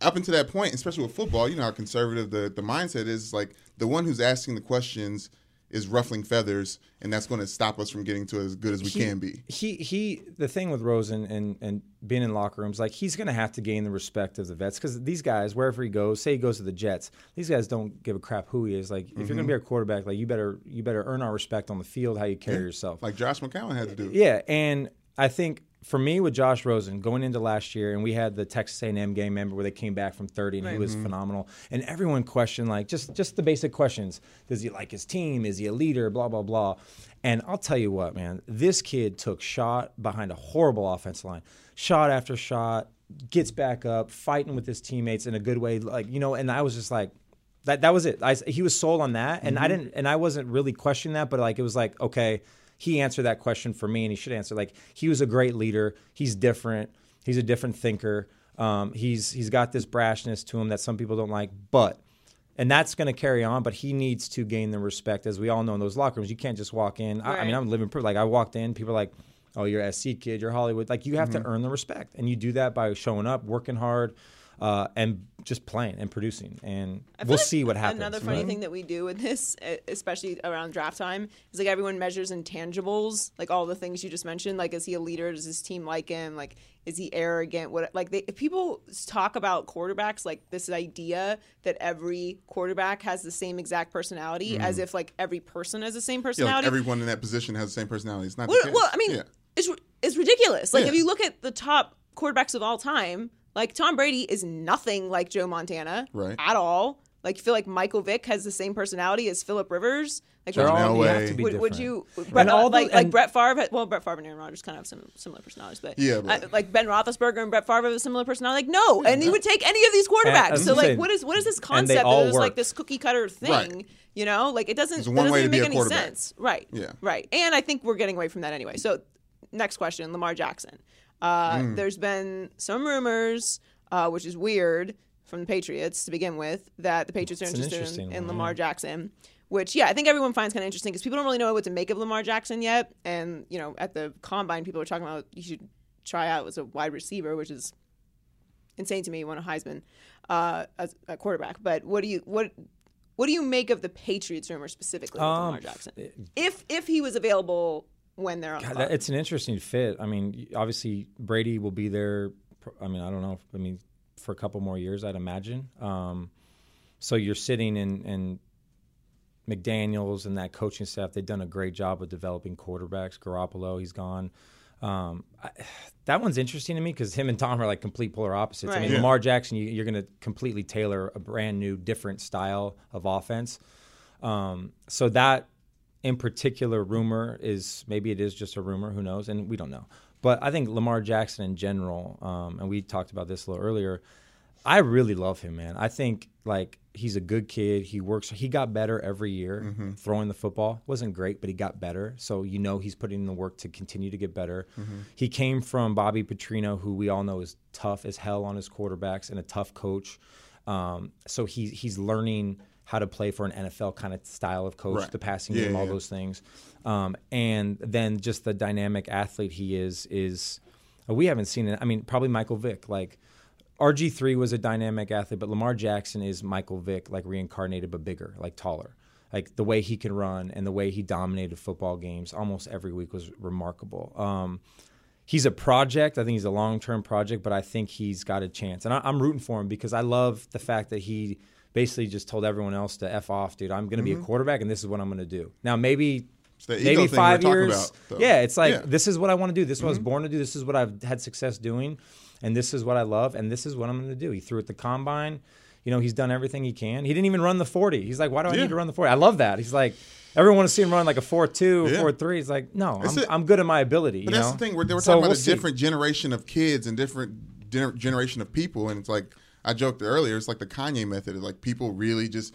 Speaker 3: up until that point, especially with football, you know how conservative the, the mindset is like the one who's asking the questions is ruffling feathers and that's going to stop us from getting to as good as we can be.
Speaker 2: He he. The thing with Rosen and and being in locker rooms, like he's gonna have to gain the respect of the vets because these guys, wherever he goes, say he goes to the Jets, these guys don't give a crap who he is. Like if you're gonna be our quarterback, like you better you better earn our respect on the field, how you carry yourself.
Speaker 3: Like Josh McCown had to do.
Speaker 2: Yeah, and I think for me with Josh Rosen going into last year, and we had the Texas A&M game, remember where they came back from thirty, and he was phenomenal. And everyone questioned like just just the basic questions: Does he like his team? Is he a leader? Blah blah blah. And I'll tell you what, man, this kid took shot behind a horrible offensive line, shot after shot, gets back up, fighting with his teammates in a good way, like you know. And I was just like. That, that was it. I, he was sold on that, and I didn't, and I wasn't really questioning that, but like it was like, okay, he answered that question for me and he should answer like he was a great leader he's different he's a different thinker um, he's he's got this brashness to him that some people don't like but and that's going to carry on but he needs to gain the respect as we all know in those locker rooms you can't just walk in I, I mean
Speaker 1: Right.
Speaker 2: i'm living proof like i walked in people are like oh you're a sc kid you're hollywood like you have to earn the respect and you do that by showing up working hard uh, and just playing and producing and
Speaker 1: I feel
Speaker 2: we'll
Speaker 1: like
Speaker 2: see what happens
Speaker 1: Another funny
Speaker 2: but-
Speaker 1: thing that we do with this, e- especially around draft time, is like everyone measures intangibles, like all the things you just mentioned. Like, is he a leader? Does his team like him? Like, is he arrogant? What? Like, they, if people s- talk about quarterbacks, like this idea that every quarterback has the same exact personality,
Speaker 2: Mm-hmm.
Speaker 1: as if like every person has the same
Speaker 3: Yeah, like
Speaker 1: personality.
Speaker 3: everyone in that position has the same personality. It's not the
Speaker 1: e Well,
Speaker 3: case.
Speaker 1: well, I mean,
Speaker 3: Yeah.
Speaker 1: it's it's ridiculous. Like
Speaker 3: Yeah.
Speaker 1: if you look at the top quarterbacks of all time, like Tom Brady is nothing like Joe Montana
Speaker 3: Right.
Speaker 1: at all. Like, feel like Michael Vick has the same personality as Philip Rivers. Like,
Speaker 2: They're
Speaker 1: would you-
Speaker 3: No
Speaker 2: all they
Speaker 3: way.
Speaker 2: have to be
Speaker 1: would, would
Speaker 2: different.
Speaker 1: you? Would Brett,
Speaker 2: all the-
Speaker 1: like, like
Speaker 2: and-
Speaker 1: Brett Favre? Had, well, Brett Favre and Aaron Rodgers kind of have some similar personalities, but
Speaker 3: Yeah, but-
Speaker 1: I- like Ben Roethlisberger and Brett Favre have a similar personality. Like, no, and he would take any of these quarterbacks.
Speaker 2: And-
Speaker 1: so, like,
Speaker 2: listen,
Speaker 1: what is what is this
Speaker 2: and they
Speaker 1: concept?
Speaker 2: all
Speaker 1: That is like
Speaker 2: work.
Speaker 1: this cookie cutter thing.
Speaker 3: Right.
Speaker 1: You know, like it doesn't.
Speaker 3: There's
Speaker 1: It
Speaker 3: one
Speaker 1: doesn't
Speaker 3: way to
Speaker 1: even
Speaker 3: be
Speaker 1: make
Speaker 3: a
Speaker 1: any
Speaker 3: quarterback.
Speaker 1: sense. Right.
Speaker 3: Yeah.
Speaker 1: Right. And I think we're getting away from that anyway. So, next question Lamar Jackson. Uh,
Speaker 3: Mm.
Speaker 1: There's been some rumors, uh, which is weird from the Patriots to begin with, that the Patriots are
Speaker 2: It's an
Speaker 1: interested
Speaker 2: interesting
Speaker 1: in, in
Speaker 2: one,
Speaker 1: Lamar Jackson, which, yeah, I think everyone finds kind of interesting because people don't really know what to make of Lamar Jackson yet. And, you know, at the combine, people are talking about you should try out as a wide receiver, which is insane to me. You won a Heisman uh, as a quarterback. But what do you, what, what do you make of the Patriots rumor specifically with
Speaker 2: Um,
Speaker 1: Lamar Jackson? If if he was available when they're on the
Speaker 2: God,
Speaker 1: clock.
Speaker 2: that, it's an interesting fit. I mean, obviously Brady will be there. pr- I mean, I don't know. I mean, for a couple more years, I'd imagine. Um, so you're sitting in, in McDaniel's and that coaching staff. They've done a great job of developing quarterbacks. Garoppolo, he's gone. Um, I, that one's interesting to me because him and Tom are like complete polar opposites. I
Speaker 1: Right.
Speaker 2: mean,
Speaker 1: Yeah.
Speaker 2: Lamar Jackson, you, you're going to completely tailor a brand new, different style of offense. Um, so that in particular rumor is maybe it is just a rumor. Who knows? And we don't know. But I think Lamar Jackson in general, um, and we talked about this a little earlier. I really love him, man. I think like he's a good kid. He works. He got better every year
Speaker 3: Mm-hmm.
Speaker 2: throwing the football. wasn't great, but he got better. So you know he's putting in the work to continue to get better.
Speaker 3: Mm-hmm.
Speaker 2: He came from Bobby Petrino, who we all know is tough as hell on his quarterbacks and a tough coach. Um, so he he's learning how to play for an NFL kind of style of coach,
Speaker 3: Right.
Speaker 2: the passing
Speaker 3: Yeah,
Speaker 2: game, all
Speaker 3: yeah.
Speaker 2: those things, um, and then just the dynamic athlete he is is we haven't seen it. I mean, probably Michael Vick. Like RG three was a dynamic athlete, but Lamar Jackson is Michael Vick, like reincarnated but bigger, like taller. Like the way he can run and the way he dominated football games almost every week was remarkable. Um, he's a project. I think he's a long term project, but I think he's got a chance. And I, I'm rooting for him because I love the fact that he basically just told everyone else to f off, dude. I'm going to be a quarterback, and this is what I'm going to do. Now maybe.
Speaker 3: Mm-hmm. the ego
Speaker 2: Maybe
Speaker 3: thing we
Speaker 2: five
Speaker 3: were talking
Speaker 2: years.
Speaker 3: about, though.
Speaker 2: yeah, it's like
Speaker 3: Yeah.
Speaker 2: this is what I want to do. This is what I
Speaker 3: Mm-hmm.
Speaker 2: was born to do. This is what I've had success doing, and this is what I love, and this is what I'm going to do. He threw at the combine. You know, he's done everything he can. He didn't even run the 40. He's like, why do I
Speaker 3: Yeah.
Speaker 2: need to run the 40? I love that. He's like, everyone wants to see him run like a 4-2,
Speaker 3: Yeah.
Speaker 2: 4-3. He's like, no, I'm,
Speaker 3: a-
Speaker 2: I'm good at my ability.
Speaker 3: But
Speaker 2: you
Speaker 3: that's
Speaker 2: know?
Speaker 3: the thing. We're, they were
Speaker 2: So
Speaker 3: talking about
Speaker 2: we'll
Speaker 3: a
Speaker 2: see.
Speaker 3: different generation of kids and different gener- generation of people, and it's like I joked earlier. It's like the Kanye method. It's like people really just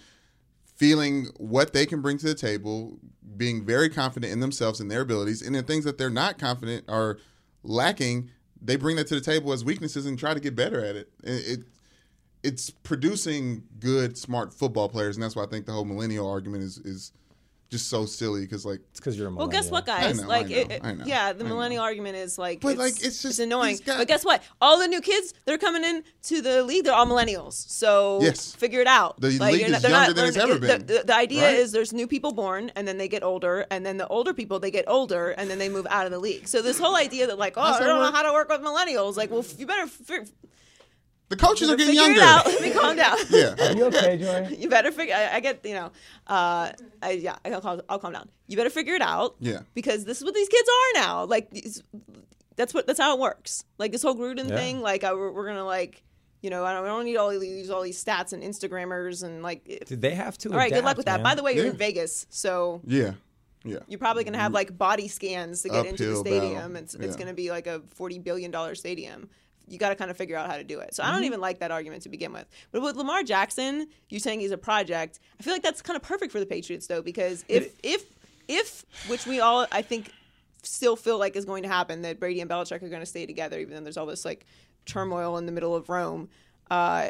Speaker 3: feeling what they can bring to the table, being very confident in themselves and their abilities, and the things that they're not confident or lacking, they bring that to the table as weaknesses and try to get better at it. It, it it's producing good, smart football players, and that's why I think the whole millennial argument is is just so silly because like
Speaker 2: It's because you're a
Speaker 1: Well, guess what,
Speaker 2: millennial.
Speaker 1: guys?
Speaker 3: I know,
Speaker 1: like,
Speaker 3: I
Speaker 1: it,
Speaker 3: know,
Speaker 1: it-
Speaker 3: I know,
Speaker 1: yeah, the
Speaker 3: I know.
Speaker 1: millennial argument is like,
Speaker 3: But,
Speaker 1: it's,
Speaker 3: like, it's just-
Speaker 1: annoying.
Speaker 3: these guys-
Speaker 1: But guess what? All the new kids they're coming in to the league. They're all millennials, so
Speaker 3: Yes.
Speaker 1: figure it out.
Speaker 3: The
Speaker 1: Like,
Speaker 3: league
Speaker 1: you're
Speaker 3: is
Speaker 1: they're
Speaker 3: younger than it's
Speaker 1: learning-
Speaker 3: ever
Speaker 1: the-
Speaker 3: been,
Speaker 1: The, the idea
Speaker 3: right?
Speaker 1: is there's new people born, and then they get older, and then the older people they get older, and then they move out of the league. So this whole idea that like, oh, I
Speaker 3: how it
Speaker 1: don't know
Speaker 3: works.
Speaker 1: how to work with millennials. Like, well, f- you better fig-
Speaker 3: the coaches are getting
Speaker 1: figure
Speaker 3: younger.
Speaker 1: it out. Let me calm down.
Speaker 3: Yeah.
Speaker 2: You okay, Joy?
Speaker 1: You better figure. I, I get you know. Uh, I, yeah, I'll calm, I'll calm down. You better figure it out.
Speaker 3: Yeah.
Speaker 1: Because this is what these kids are now. Like these- that's what that's how it works. Like this whole Gruden
Speaker 2: Yeah.
Speaker 1: thing. Like I, we're, we're gonna like, you know, I don't, I don't need all these all these stats and Instagrammers and like. it-
Speaker 2: Dude, they have to.
Speaker 1: all right, good luck
Speaker 2: adapt,
Speaker 1: with that.
Speaker 2: man.
Speaker 1: By the way, you're
Speaker 3: Yeah.
Speaker 1: in Vegas, so
Speaker 3: Yeah. Yeah.
Speaker 1: you're probably gonna have like body scans to get into the
Speaker 3: Mm-hmm. Uphill
Speaker 1: stadium.
Speaker 3: battle.
Speaker 1: It's it's
Speaker 3: Yeah.
Speaker 1: gonna be like a forty billion dollar stadium. You got to kind of figure out how to do it. So
Speaker 3: Mm-hmm.
Speaker 1: I don't even like that argument to begin with. But with Lamar Jackson, you saying he's a project, I feel like that's kind of perfect for the Patriots though, because if if if which we all I think still feel like is going to happen that Brady and Belichick are going to stay together, even though there's all this like turmoil in the middle of Rome. Uh,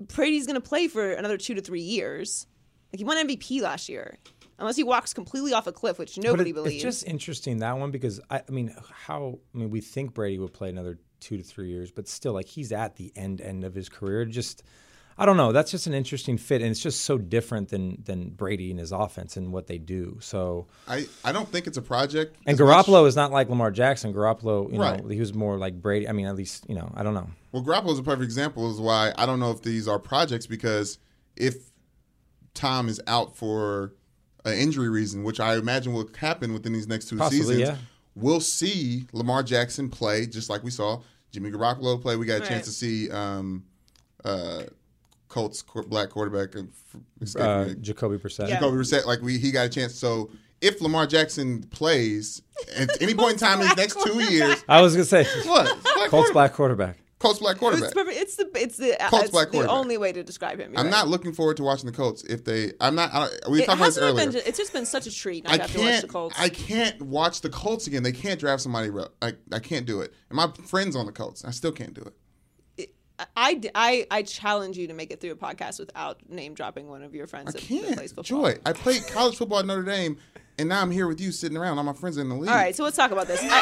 Speaker 1: Brady's going to play for another two to three years. Like he won MVP last year, unless he walks completely off a cliff, which
Speaker 2: But
Speaker 1: nobody
Speaker 2: it-
Speaker 1: believes.
Speaker 2: It's just interesting that one because I, I mean, how I mean, we think Brady would play another two to three years, but still, like he's at the end end of his career. Just I don't know. That's just an interesting fit, and it's just so different than than Brady and his offense and what they do. So
Speaker 3: I, I don't think it's a project.
Speaker 2: and
Speaker 3: as much-
Speaker 2: Garoppolo is not like Lamar Jackson. Garoppolo, you
Speaker 3: Right.
Speaker 2: know, he was more like Brady. I mean, at least you know, I don't know.
Speaker 3: Well, Garoppolo is a perfect example. Is why I don't know if these are projects because if Tom is out for an injury reason, which I imagine will happen within these next two
Speaker 2: Possibly,
Speaker 3: seasons,
Speaker 2: yeah.
Speaker 3: we'll see Lamar Jackson play just like we saw Jimmy Garoppolo play. We got a
Speaker 1: Right.
Speaker 3: chance to see um, uh, Colts qu- black quarterback. And f- escaping
Speaker 2: Uh,
Speaker 3: me.
Speaker 2: Jacoby Brissett.
Speaker 1: Yeah.
Speaker 3: Jacoby Brissett, like we, he got a chance. So if Lamar Jackson plays at any point in time in his next two years,
Speaker 2: I was gonna say
Speaker 3: what It's black
Speaker 2: Colts
Speaker 3: quarterback.
Speaker 2: black quarterback.
Speaker 3: Colts black
Speaker 1: It's,
Speaker 3: quarterback.
Speaker 1: perfect- it's the it's the
Speaker 3: Colts
Speaker 1: it's
Speaker 3: black
Speaker 1: the
Speaker 3: quarterback.
Speaker 1: only way to describe him. you're
Speaker 3: I'm
Speaker 1: right.
Speaker 3: not looking forward to watching the Colts if they. I'm not. I, don't- we were
Speaker 1: It
Speaker 3: talking about this
Speaker 1: hasn't
Speaker 3: earlier.
Speaker 1: been. It's just been such a treat not
Speaker 3: I
Speaker 1: to have to watch
Speaker 3: can't.
Speaker 1: the Colts.
Speaker 3: I can't watch the Colts again. They can't draft somebody. Re- I I can't do it. And my friends on the Colts, I still can't do it.
Speaker 1: I, I, I challenge you to make it through a podcast without name dropping one of your friends
Speaker 3: I
Speaker 1: that, that plays
Speaker 3: can't.
Speaker 1: football.
Speaker 3: Joy, I played college football at Notre Dame, and now I'm here with you sitting around. All my friends are in the league.
Speaker 1: All right, so let's talk about this. I, I,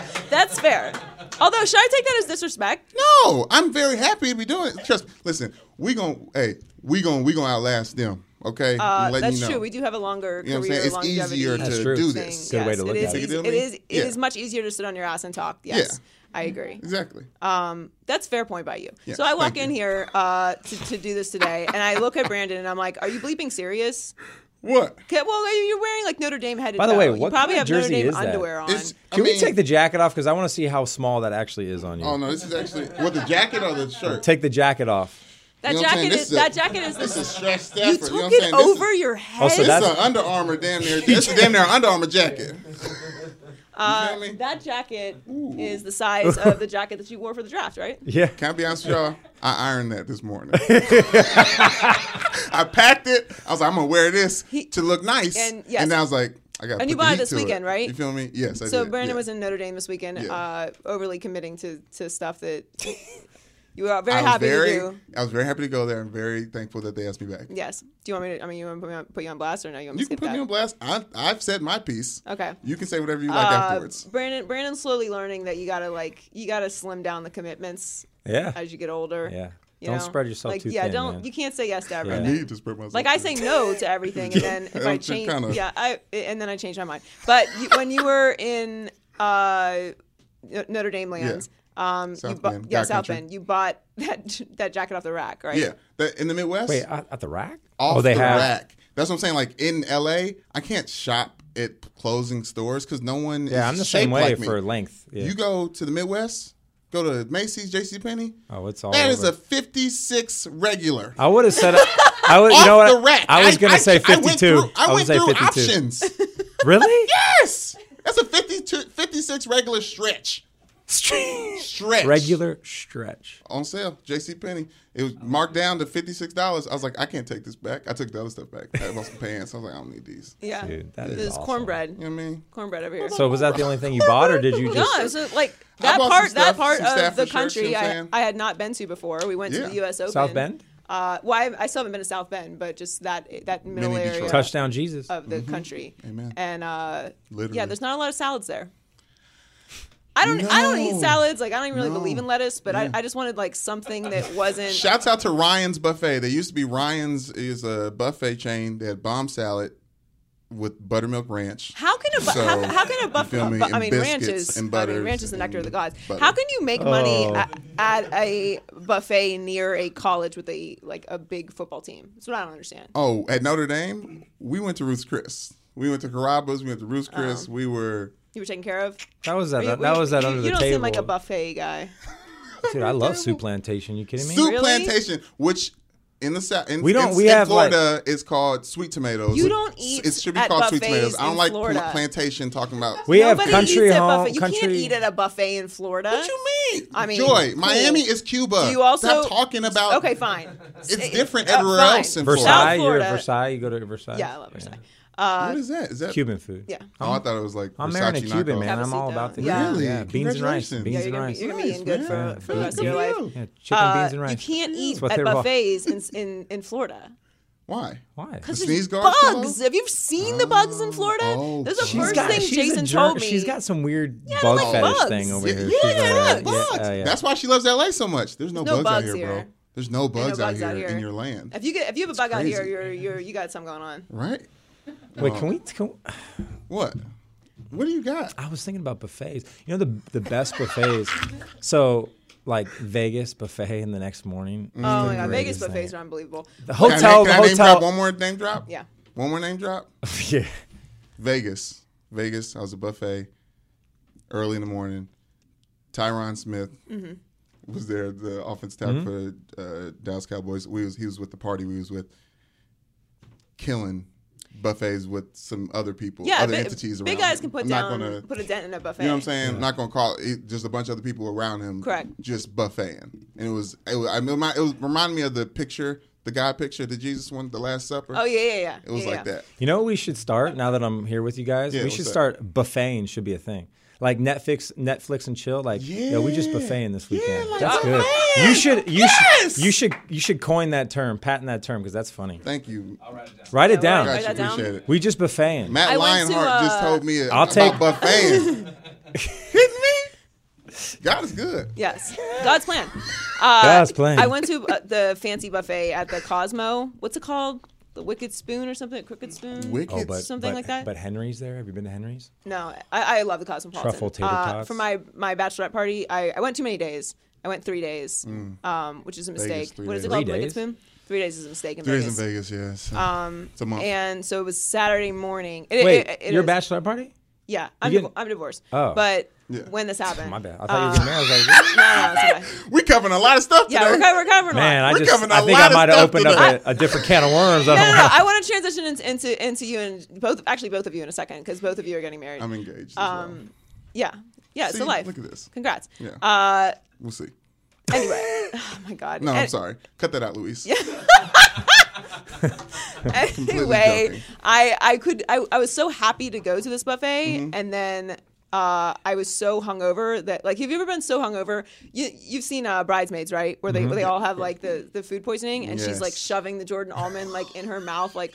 Speaker 1: I that's fair. Although, should I take that as disrespect?
Speaker 3: No, I'm very happy to be doing it. Trust me. Listen, we gon' hey, we gon' we gonna outlast them. Okay, I'm
Speaker 1: Uh,
Speaker 3: letting
Speaker 1: that's
Speaker 3: you know.
Speaker 1: true. We do have a longer
Speaker 3: You know what I'm
Speaker 1: career
Speaker 3: saying? It's
Speaker 1: longevity.
Speaker 3: easier
Speaker 2: That's
Speaker 3: to
Speaker 2: true.
Speaker 3: do
Speaker 1: thing.
Speaker 3: this.
Speaker 2: Good way to look
Speaker 1: it is
Speaker 2: at it.
Speaker 1: easy-
Speaker 3: Piccadilly?
Speaker 1: It is. It
Speaker 3: Yeah.
Speaker 1: is much easier to sit on your ass and talk. Yes, I agree.
Speaker 3: Exactly.
Speaker 1: Uh, That's fair point by you.
Speaker 3: Yeah,
Speaker 1: so I walk
Speaker 3: thank
Speaker 1: in
Speaker 3: you.
Speaker 1: here uh, to, to do this today, and I look at Brandon and I'm like, "Are you bleeping serious?"
Speaker 3: what?
Speaker 1: 'Kay, Well, you're wearing like Notre Dame head. to
Speaker 2: By the
Speaker 1: toe.
Speaker 2: way,
Speaker 1: You
Speaker 2: what
Speaker 1: probably
Speaker 2: kind of
Speaker 1: have
Speaker 2: jersey
Speaker 1: Notre Dame
Speaker 2: is that?
Speaker 1: underwear on?
Speaker 3: It's- I
Speaker 2: Can we
Speaker 3: mean-
Speaker 2: take the jacket off? Because I want to see how small that actually is on you.
Speaker 3: Oh
Speaker 1: Um,
Speaker 3: no, this is actually what the jacket or the shirt.
Speaker 2: Take the jacket off.
Speaker 1: that
Speaker 3: You know what I'm
Speaker 1: jacket
Speaker 3: saying? This
Speaker 1: is,
Speaker 3: a-
Speaker 1: that jacket is.
Speaker 3: This is Stretch Stafford.
Speaker 1: you
Speaker 3: know what I'm
Speaker 1: took
Speaker 3: saying?
Speaker 1: it
Speaker 3: This is-
Speaker 1: over your head.
Speaker 2: Oh, so
Speaker 3: This
Speaker 2: that's-
Speaker 3: is an Under Armour damn near. This is damn near Under Armour jacket. You feel me?
Speaker 1: Uh, That jacket is the size of the jacket that you wore for the draft, right?
Speaker 2: Yeah.
Speaker 3: Can I be honest with y'all? I ironed that this morning. I packed it. I was like, I'm gonna wear this to look nice.
Speaker 1: and yes.
Speaker 3: then I was like, I got.
Speaker 1: And you
Speaker 3: put the
Speaker 1: bought it
Speaker 3: heat
Speaker 1: this
Speaker 3: to
Speaker 1: weekend, right?
Speaker 3: You feel me? Yes. I
Speaker 1: So
Speaker 3: did.
Speaker 1: Brandon
Speaker 3: yeah.
Speaker 1: was in Notre Dame this weekend,
Speaker 3: Yeah.
Speaker 1: uh, overly committing to, to stuff that you are very
Speaker 3: I was
Speaker 1: happy
Speaker 3: very,
Speaker 1: to do.
Speaker 3: I was very happy to go there. I'm very thankful that they asked me back.
Speaker 1: Yes. Do you want me to? I mean, you want me to put me on, put you on blast or no? You want me
Speaker 3: You
Speaker 1: to skip
Speaker 3: can put
Speaker 1: that?
Speaker 3: me on blast. I, I've said my piece.
Speaker 1: Okay. Uh,
Speaker 3: You can say whatever you like afterwards.
Speaker 1: Brandon, Brandon's slowly learning that you gotta like you gotta slim down the commitments
Speaker 2: Yeah.
Speaker 1: as you get older.
Speaker 2: Yeah.
Speaker 1: You
Speaker 2: Don't
Speaker 1: know?
Speaker 2: spread yourself
Speaker 1: like,
Speaker 2: too
Speaker 1: yeah,
Speaker 2: thin,
Speaker 1: don't.
Speaker 2: man.
Speaker 1: You can't say yes to everything.
Speaker 3: I need to spread myself.
Speaker 1: Like I say
Speaker 3: thin.
Speaker 1: no to everything, and then if I
Speaker 3: I'm just
Speaker 1: change,
Speaker 3: kinda-
Speaker 1: yeah, I and then I change my mind. But you, when you were in uh, N- Notre Dame lands, um, you
Speaker 3: South
Speaker 1: bu-
Speaker 3: Bend,
Speaker 1: yeah,
Speaker 3: God
Speaker 1: South
Speaker 3: Country.
Speaker 1: Bend, you bought that that jacket off the rack, right?
Speaker 3: Yeah, that, in the Midwest.
Speaker 2: Wait, at at the rack?
Speaker 3: off
Speaker 2: oh, they
Speaker 3: the
Speaker 2: have.
Speaker 3: rack. That's what I'm saying. Like in LA, I can't shop at closing stores because no one. is
Speaker 2: Yeah, I'm the same
Speaker 3: shaped
Speaker 2: way
Speaker 3: like me.
Speaker 2: for length. Yeah.
Speaker 3: You go to the Midwest, go to Macy's, J.C. Penney.
Speaker 2: Oh, it's all
Speaker 3: That is
Speaker 2: over.
Speaker 3: a 56 regular.
Speaker 2: I would have said. I would. You
Speaker 3: off
Speaker 2: know what?
Speaker 3: the rack.
Speaker 2: I was gonna say
Speaker 3: I went
Speaker 2: 52.
Speaker 3: through- I
Speaker 2: was
Speaker 3: went
Speaker 2: gonna
Speaker 3: through,
Speaker 2: say 52.
Speaker 3: options.
Speaker 2: Really?
Speaker 3: yes, that's a 52, 56 regular stretch. Stretch.
Speaker 2: Regular stretch.
Speaker 3: on sale. J.C. Penney. It was marked down to fifty six dollars. I was like, I can't take this back. I took the other stuff back. I bought some pants. I was like, I don't need these.
Speaker 1: yeah.
Speaker 2: Dude, that is
Speaker 1: There's
Speaker 2: awesome.
Speaker 1: cornbread,
Speaker 3: You know what I mean?
Speaker 1: cornbread over here.
Speaker 2: So was that the only thing you bought, or did you
Speaker 1: no,
Speaker 2: just?
Speaker 1: it was just, like
Speaker 3: I
Speaker 1: that
Speaker 3: bought some
Speaker 1: part. that
Speaker 3: Staff-
Speaker 1: part
Speaker 3: some
Speaker 1: of
Speaker 3: Stafford
Speaker 1: the
Speaker 3: shirts,
Speaker 1: country
Speaker 3: you know what I'm
Speaker 1: I,
Speaker 3: saying?
Speaker 1: I had not been to before. We went
Speaker 3: Yeah.
Speaker 1: to the U.S. Open.
Speaker 2: South Bend?
Speaker 1: Uh, well, I, I still haven't been to South Bend, but just that that middle
Speaker 3: Mini
Speaker 1: area.
Speaker 3: Detroit.
Speaker 2: Touchdown Jesus.
Speaker 1: of the country.
Speaker 3: Mm-hmm. Amen.
Speaker 1: And uh, yeah,
Speaker 3: Literally.
Speaker 1: there's not a lot of salads there. I don't. I don't eat
Speaker 3: No.
Speaker 1: salads. Like I don't even really
Speaker 3: No.
Speaker 1: believe in lettuce, but I, I just wanted like something that wasn't.
Speaker 3: Shouts out to Ryan's Buffet. There used to be Ryan's is a buffet chain that had bomb salad with buttermilk ranch.
Speaker 1: how can a bu-
Speaker 3: So,
Speaker 1: how, how can a
Speaker 3: you feel
Speaker 1: buffet?
Speaker 3: me?
Speaker 1: I
Speaker 3: And
Speaker 1: mean,
Speaker 3: biscuits
Speaker 1: ranches.
Speaker 3: and
Speaker 1: I mean,
Speaker 3: butters
Speaker 1: ranches the nectar of the
Speaker 3: and
Speaker 1: gods.
Speaker 3: butter.
Speaker 1: How can you make money
Speaker 2: Oh.
Speaker 1: at, at a buffet near a college with a like a big football team? That's what I don't understand.
Speaker 3: Oh, at Notre Dame, we went to Ruth's Chris. We went to Carrabba's. We went to Ruth's Chris.
Speaker 1: Oh.
Speaker 3: We were
Speaker 1: You were taken care of.
Speaker 2: that was that.
Speaker 1: Were you-
Speaker 2: that
Speaker 1: were
Speaker 2: was that
Speaker 1: you,
Speaker 2: under
Speaker 1: you
Speaker 2: the
Speaker 1: don't
Speaker 2: table.
Speaker 1: seem like a buffet guy.
Speaker 2: Dude, I love soup plantation. You kidding me?
Speaker 3: Soup
Speaker 1: Really?
Speaker 3: Plantation, which in the south in,
Speaker 2: We don't-
Speaker 3: in-
Speaker 2: we
Speaker 3: in
Speaker 2: have, like-
Speaker 3: Florida is called sweet tomatoes.
Speaker 1: You don't eat
Speaker 3: It should be
Speaker 1: at
Speaker 3: called sweet tomatoes.
Speaker 1: buffets
Speaker 3: I don't
Speaker 1: in
Speaker 3: like
Speaker 1: Florida.
Speaker 3: plantation talking about.
Speaker 2: we have
Speaker 1: Nobody
Speaker 2: country
Speaker 1: eats at
Speaker 2: home.
Speaker 1: buffet. You
Speaker 2: country.
Speaker 1: can't eat at a buffet in Florida.
Speaker 3: What you mean?
Speaker 1: I mean,
Speaker 3: Joy.
Speaker 1: cool.
Speaker 3: Miami is Cuba.
Speaker 1: Do you also
Speaker 3: Stop talking about.
Speaker 1: Okay, fine.
Speaker 3: It's
Speaker 1: It-
Speaker 3: different
Speaker 1: uh,
Speaker 3: everywhere
Speaker 1: fine.
Speaker 3: else in
Speaker 2: Versailles.
Speaker 1: South
Speaker 2: You're
Speaker 1: Florida.
Speaker 2: at Versailles. You go to Versailles.
Speaker 1: Yeah, I love Versailles.
Speaker 3: What is that? Is that
Speaker 2: Cuban food.
Speaker 1: Yeah.
Speaker 3: Oh, I thought it was like.
Speaker 2: I'm
Speaker 3: Versace
Speaker 2: marrying a Cuban
Speaker 3: knockoff.
Speaker 2: man. I'm all
Speaker 1: Capacito.
Speaker 2: about the
Speaker 1: Yeah.
Speaker 3: Really?
Speaker 2: yeah, beans and rice,
Speaker 3: Congratulations.
Speaker 2: beans
Speaker 1: Yeah,
Speaker 2: and
Speaker 1: you're gonna, be,
Speaker 2: rice,
Speaker 1: you're gonna be eating good
Speaker 3: Nice,
Speaker 1: for,
Speaker 3: man.
Speaker 1: for the rest of your
Speaker 3: Good
Speaker 1: life.
Speaker 3: for you.
Speaker 2: yeah, chicken,
Speaker 1: Uh,
Speaker 2: beans and rice.
Speaker 1: You can't eat
Speaker 2: That's what
Speaker 1: at
Speaker 2: they were-
Speaker 1: buffets in, in, in Florida.
Speaker 3: Why?
Speaker 2: Why?
Speaker 1: Because there's
Speaker 3: sneeze guards too
Speaker 1: bugs.
Speaker 3: low?
Speaker 1: Have you seen the bugs in Florida?
Speaker 3: oh,
Speaker 1: There's the
Speaker 3: She's
Speaker 1: first
Speaker 3: got-
Speaker 1: thing
Speaker 2: she's a
Speaker 1: Jason
Speaker 2: germ-
Speaker 1: told me.
Speaker 2: She's got some weird
Speaker 1: I
Speaker 2: bug
Speaker 1: like
Speaker 2: fetish
Speaker 1: bugs.
Speaker 2: thing over
Speaker 3: Yeah,
Speaker 2: here.
Speaker 3: yeah,
Speaker 2: She's
Speaker 3: yeah,
Speaker 2: all right.
Speaker 3: bugs.
Speaker 2: Yeah, yeah.
Speaker 3: That's why she loves LA so much. There's no,
Speaker 1: No
Speaker 3: bugs,
Speaker 1: bugs
Speaker 3: out here, bro.
Speaker 1: here.
Speaker 3: There's no bugs,
Speaker 1: no
Speaker 3: out,
Speaker 1: bugs
Speaker 3: here
Speaker 1: out here.
Speaker 3: in your land,
Speaker 1: if you get if you have a bug out here,
Speaker 3: crazy.
Speaker 1: you're you're you got something going on.
Speaker 3: right?
Speaker 2: Wait, can we? Can,
Speaker 3: What? What do you got?
Speaker 2: I was thinking about buffets. You know the the best buffets. so like Vegas buffet in the next morning. is
Speaker 1: Oh
Speaker 2: the
Speaker 1: my god, Vegas
Speaker 2: greatest thing.
Speaker 1: buffets are unbelievable.
Speaker 2: The
Speaker 3: Can I
Speaker 2: hotel.
Speaker 3: name-
Speaker 2: The
Speaker 3: can I name drop one
Speaker 2: hotel.
Speaker 3: more name drop.
Speaker 1: Yeah.
Speaker 3: One more name drop.
Speaker 2: Yeah.
Speaker 3: Vegas. Vegas.
Speaker 1: Mm-hmm.
Speaker 3: I was at a buffet early in the morning. Tyron Smith. was there, the offense tab
Speaker 2: Mm-hmm.
Speaker 3: for uh, Dallas Cowboys. We was he was with the party we was with, killing buffets with some other people,
Speaker 1: Yeah,
Speaker 3: other
Speaker 1: big-
Speaker 3: entities
Speaker 1: big
Speaker 3: around.
Speaker 1: guys
Speaker 3: him.
Speaker 1: can put
Speaker 3: I'm
Speaker 1: down,
Speaker 3: Not gonna,
Speaker 1: put a dent in a buffet.
Speaker 3: you know what I'm saying? I'm not gonna call it, it- just a bunch of other people around him.
Speaker 1: Correct.
Speaker 3: Just buffeting, and it was it was, I mean, my- it was reminded me of the picture, the God picture, the Jesus one, the Last Supper.
Speaker 1: Oh yeah, yeah, yeah.
Speaker 3: it was
Speaker 1: Yeah,
Speaker 3: like
Speaker 1: yeah.
Speaker 3: that.
Speaker 2: You know what we should start now that I'm here with you guys?
Speaker 3: Yeah,
Speaker 2: we
Speaker 3: what's
Speaker 2: should
Speaker 3: that?
Speaker 2: start buffeting should be a thing. Like Netflix Netflix and chill. Like yeah, we just buffeting this weekend. that's good. You should you should you should you should coin that term, patent that term, because that's funny.
Speaker 3: Thank you. All right,
Speaker 2: Write it down.
Speaker 1: write
Speaker 3: guys,
Speaker 1: that down.
Speaker 3: appreciate it.
Speaker 2: We just buffeting.
Speaker 3: Matt
Speaker 1: I went to,
Speaker 3: Lionheart just
Speaker 1: uh,
Speaker 3: told me
Speaker 2: I'll
Speaker 3: about
Speaker 2: take-
Speaker 3: buffeting. Hit me. God is good.
Speaker 2: Oh,
Speaker 1: Yes, God's plan. Uh,
Speaker 2: God's plan.
Speaker 1: I went to uh, the fancy buffet at the Cosmo. What's it called? The Wicked Spoon or something? Crooked Spoon?
Speaker 3: Wicked.
Speaker 2: Oh, but,
Speaker 1: Something
Speaker 2: but-
Speaker 1: like that?
Speaker 2: But Henry's there. Have you been to Henry's?
Speaker 1: No, I, I love the Cosmopolitan. Uh,
Speaker 2: Truffle tater tots.
Speaker 1: for my my bachelorette party, I, I went too many days. I went three days, um, which is a mistake.
Speaker 3: Mm. three
Speaker 1: What is it
Speaker 3: days.
Speaker 1: called?
Speaker 2: Three
Speaker 1: Wicked
Speaker 2: days?
Speaker 1: Spoon. Three days is a mistake in
Speaker 3: Three days
Speaker 1: Vegas.
Speaker 3: in Vegas, yes. Um, it's a month.
Speaker 1: And so it was Saturday morning. It,
Speaker 2: Wait,
Speaker 1: it, it- it
Speaker 2: your
Speaker 1: is-
Speaker 2: bachelor party?
Speaker 1: Yeah, I'm,
Speaker 2: get-
Speaker 1: divo- I'm divorced.
Speaker 2: Oh.
Speaker 1: but
Speaker 3: Yeah.
Speaker 1: when this happened,
Speaker 2: My bad. I thought
Speaker 1: Uh,
Speaker 2: you were getting married. I was like,
Speaker 1: No, no, it's okay.
Speaker 3: we covering a lot of stuff
Speaker 1: Yeah,
Speaker 3: today.
Speaker 1: we're, co- we're covering. a lot.
Speaker 2: Man, I
Speaker 3: We're
Speaker 2: just
Speaker 3: covering a
Speaker 2: I think
Speaker 3: lot
Speaker 2: I
Speaker 3: of
Speaker 2: might have
Speaker 3: stuff
Speaker 2: opened up
Speaker 3: tonight.
Speaker 2: a, a different can of worms. I
Speaker 1: No,
Speaker 2: don't
Speaker 1: no, no.
Speaker 2: know.
Speaker 1: I want to transition in- into into you and both. Actually, both of you in a second because both of you are getting married.
Speaker 3: I'm engaged. um,
Speaker 1: Um, yeah, yeah. it's
Speaker 3: See,
Speaker 1: a life.
Speaker 3: look at this.
Speaker 1: Congrats.
Speaker 3: Yeah.
Speaker 1: Uh,
Speaker 3: we'll see.
Speaker 1: anyway, oh my god.
Speaker 3: No, I'm
Speaker 1: An-
Speaker 3: sorry. Cut that out, Luis.
Speaker 1: Anyway,
Speaker 3: joking.
Speaker 1: I I could I, I was so happy to go to this buffet
Speaker 3: Mm-hmm.
Speaker 1: and then. Uh, I was so hungover that like, have you ever been so hungover? You you've seen uh, bridesmaids, right? Where they where they all have like the, the food poisoning, and she's like
Speaker 3: Mm-hmm. Yes.
Speaker 1: shoving the Jordan almond like in her mouth, like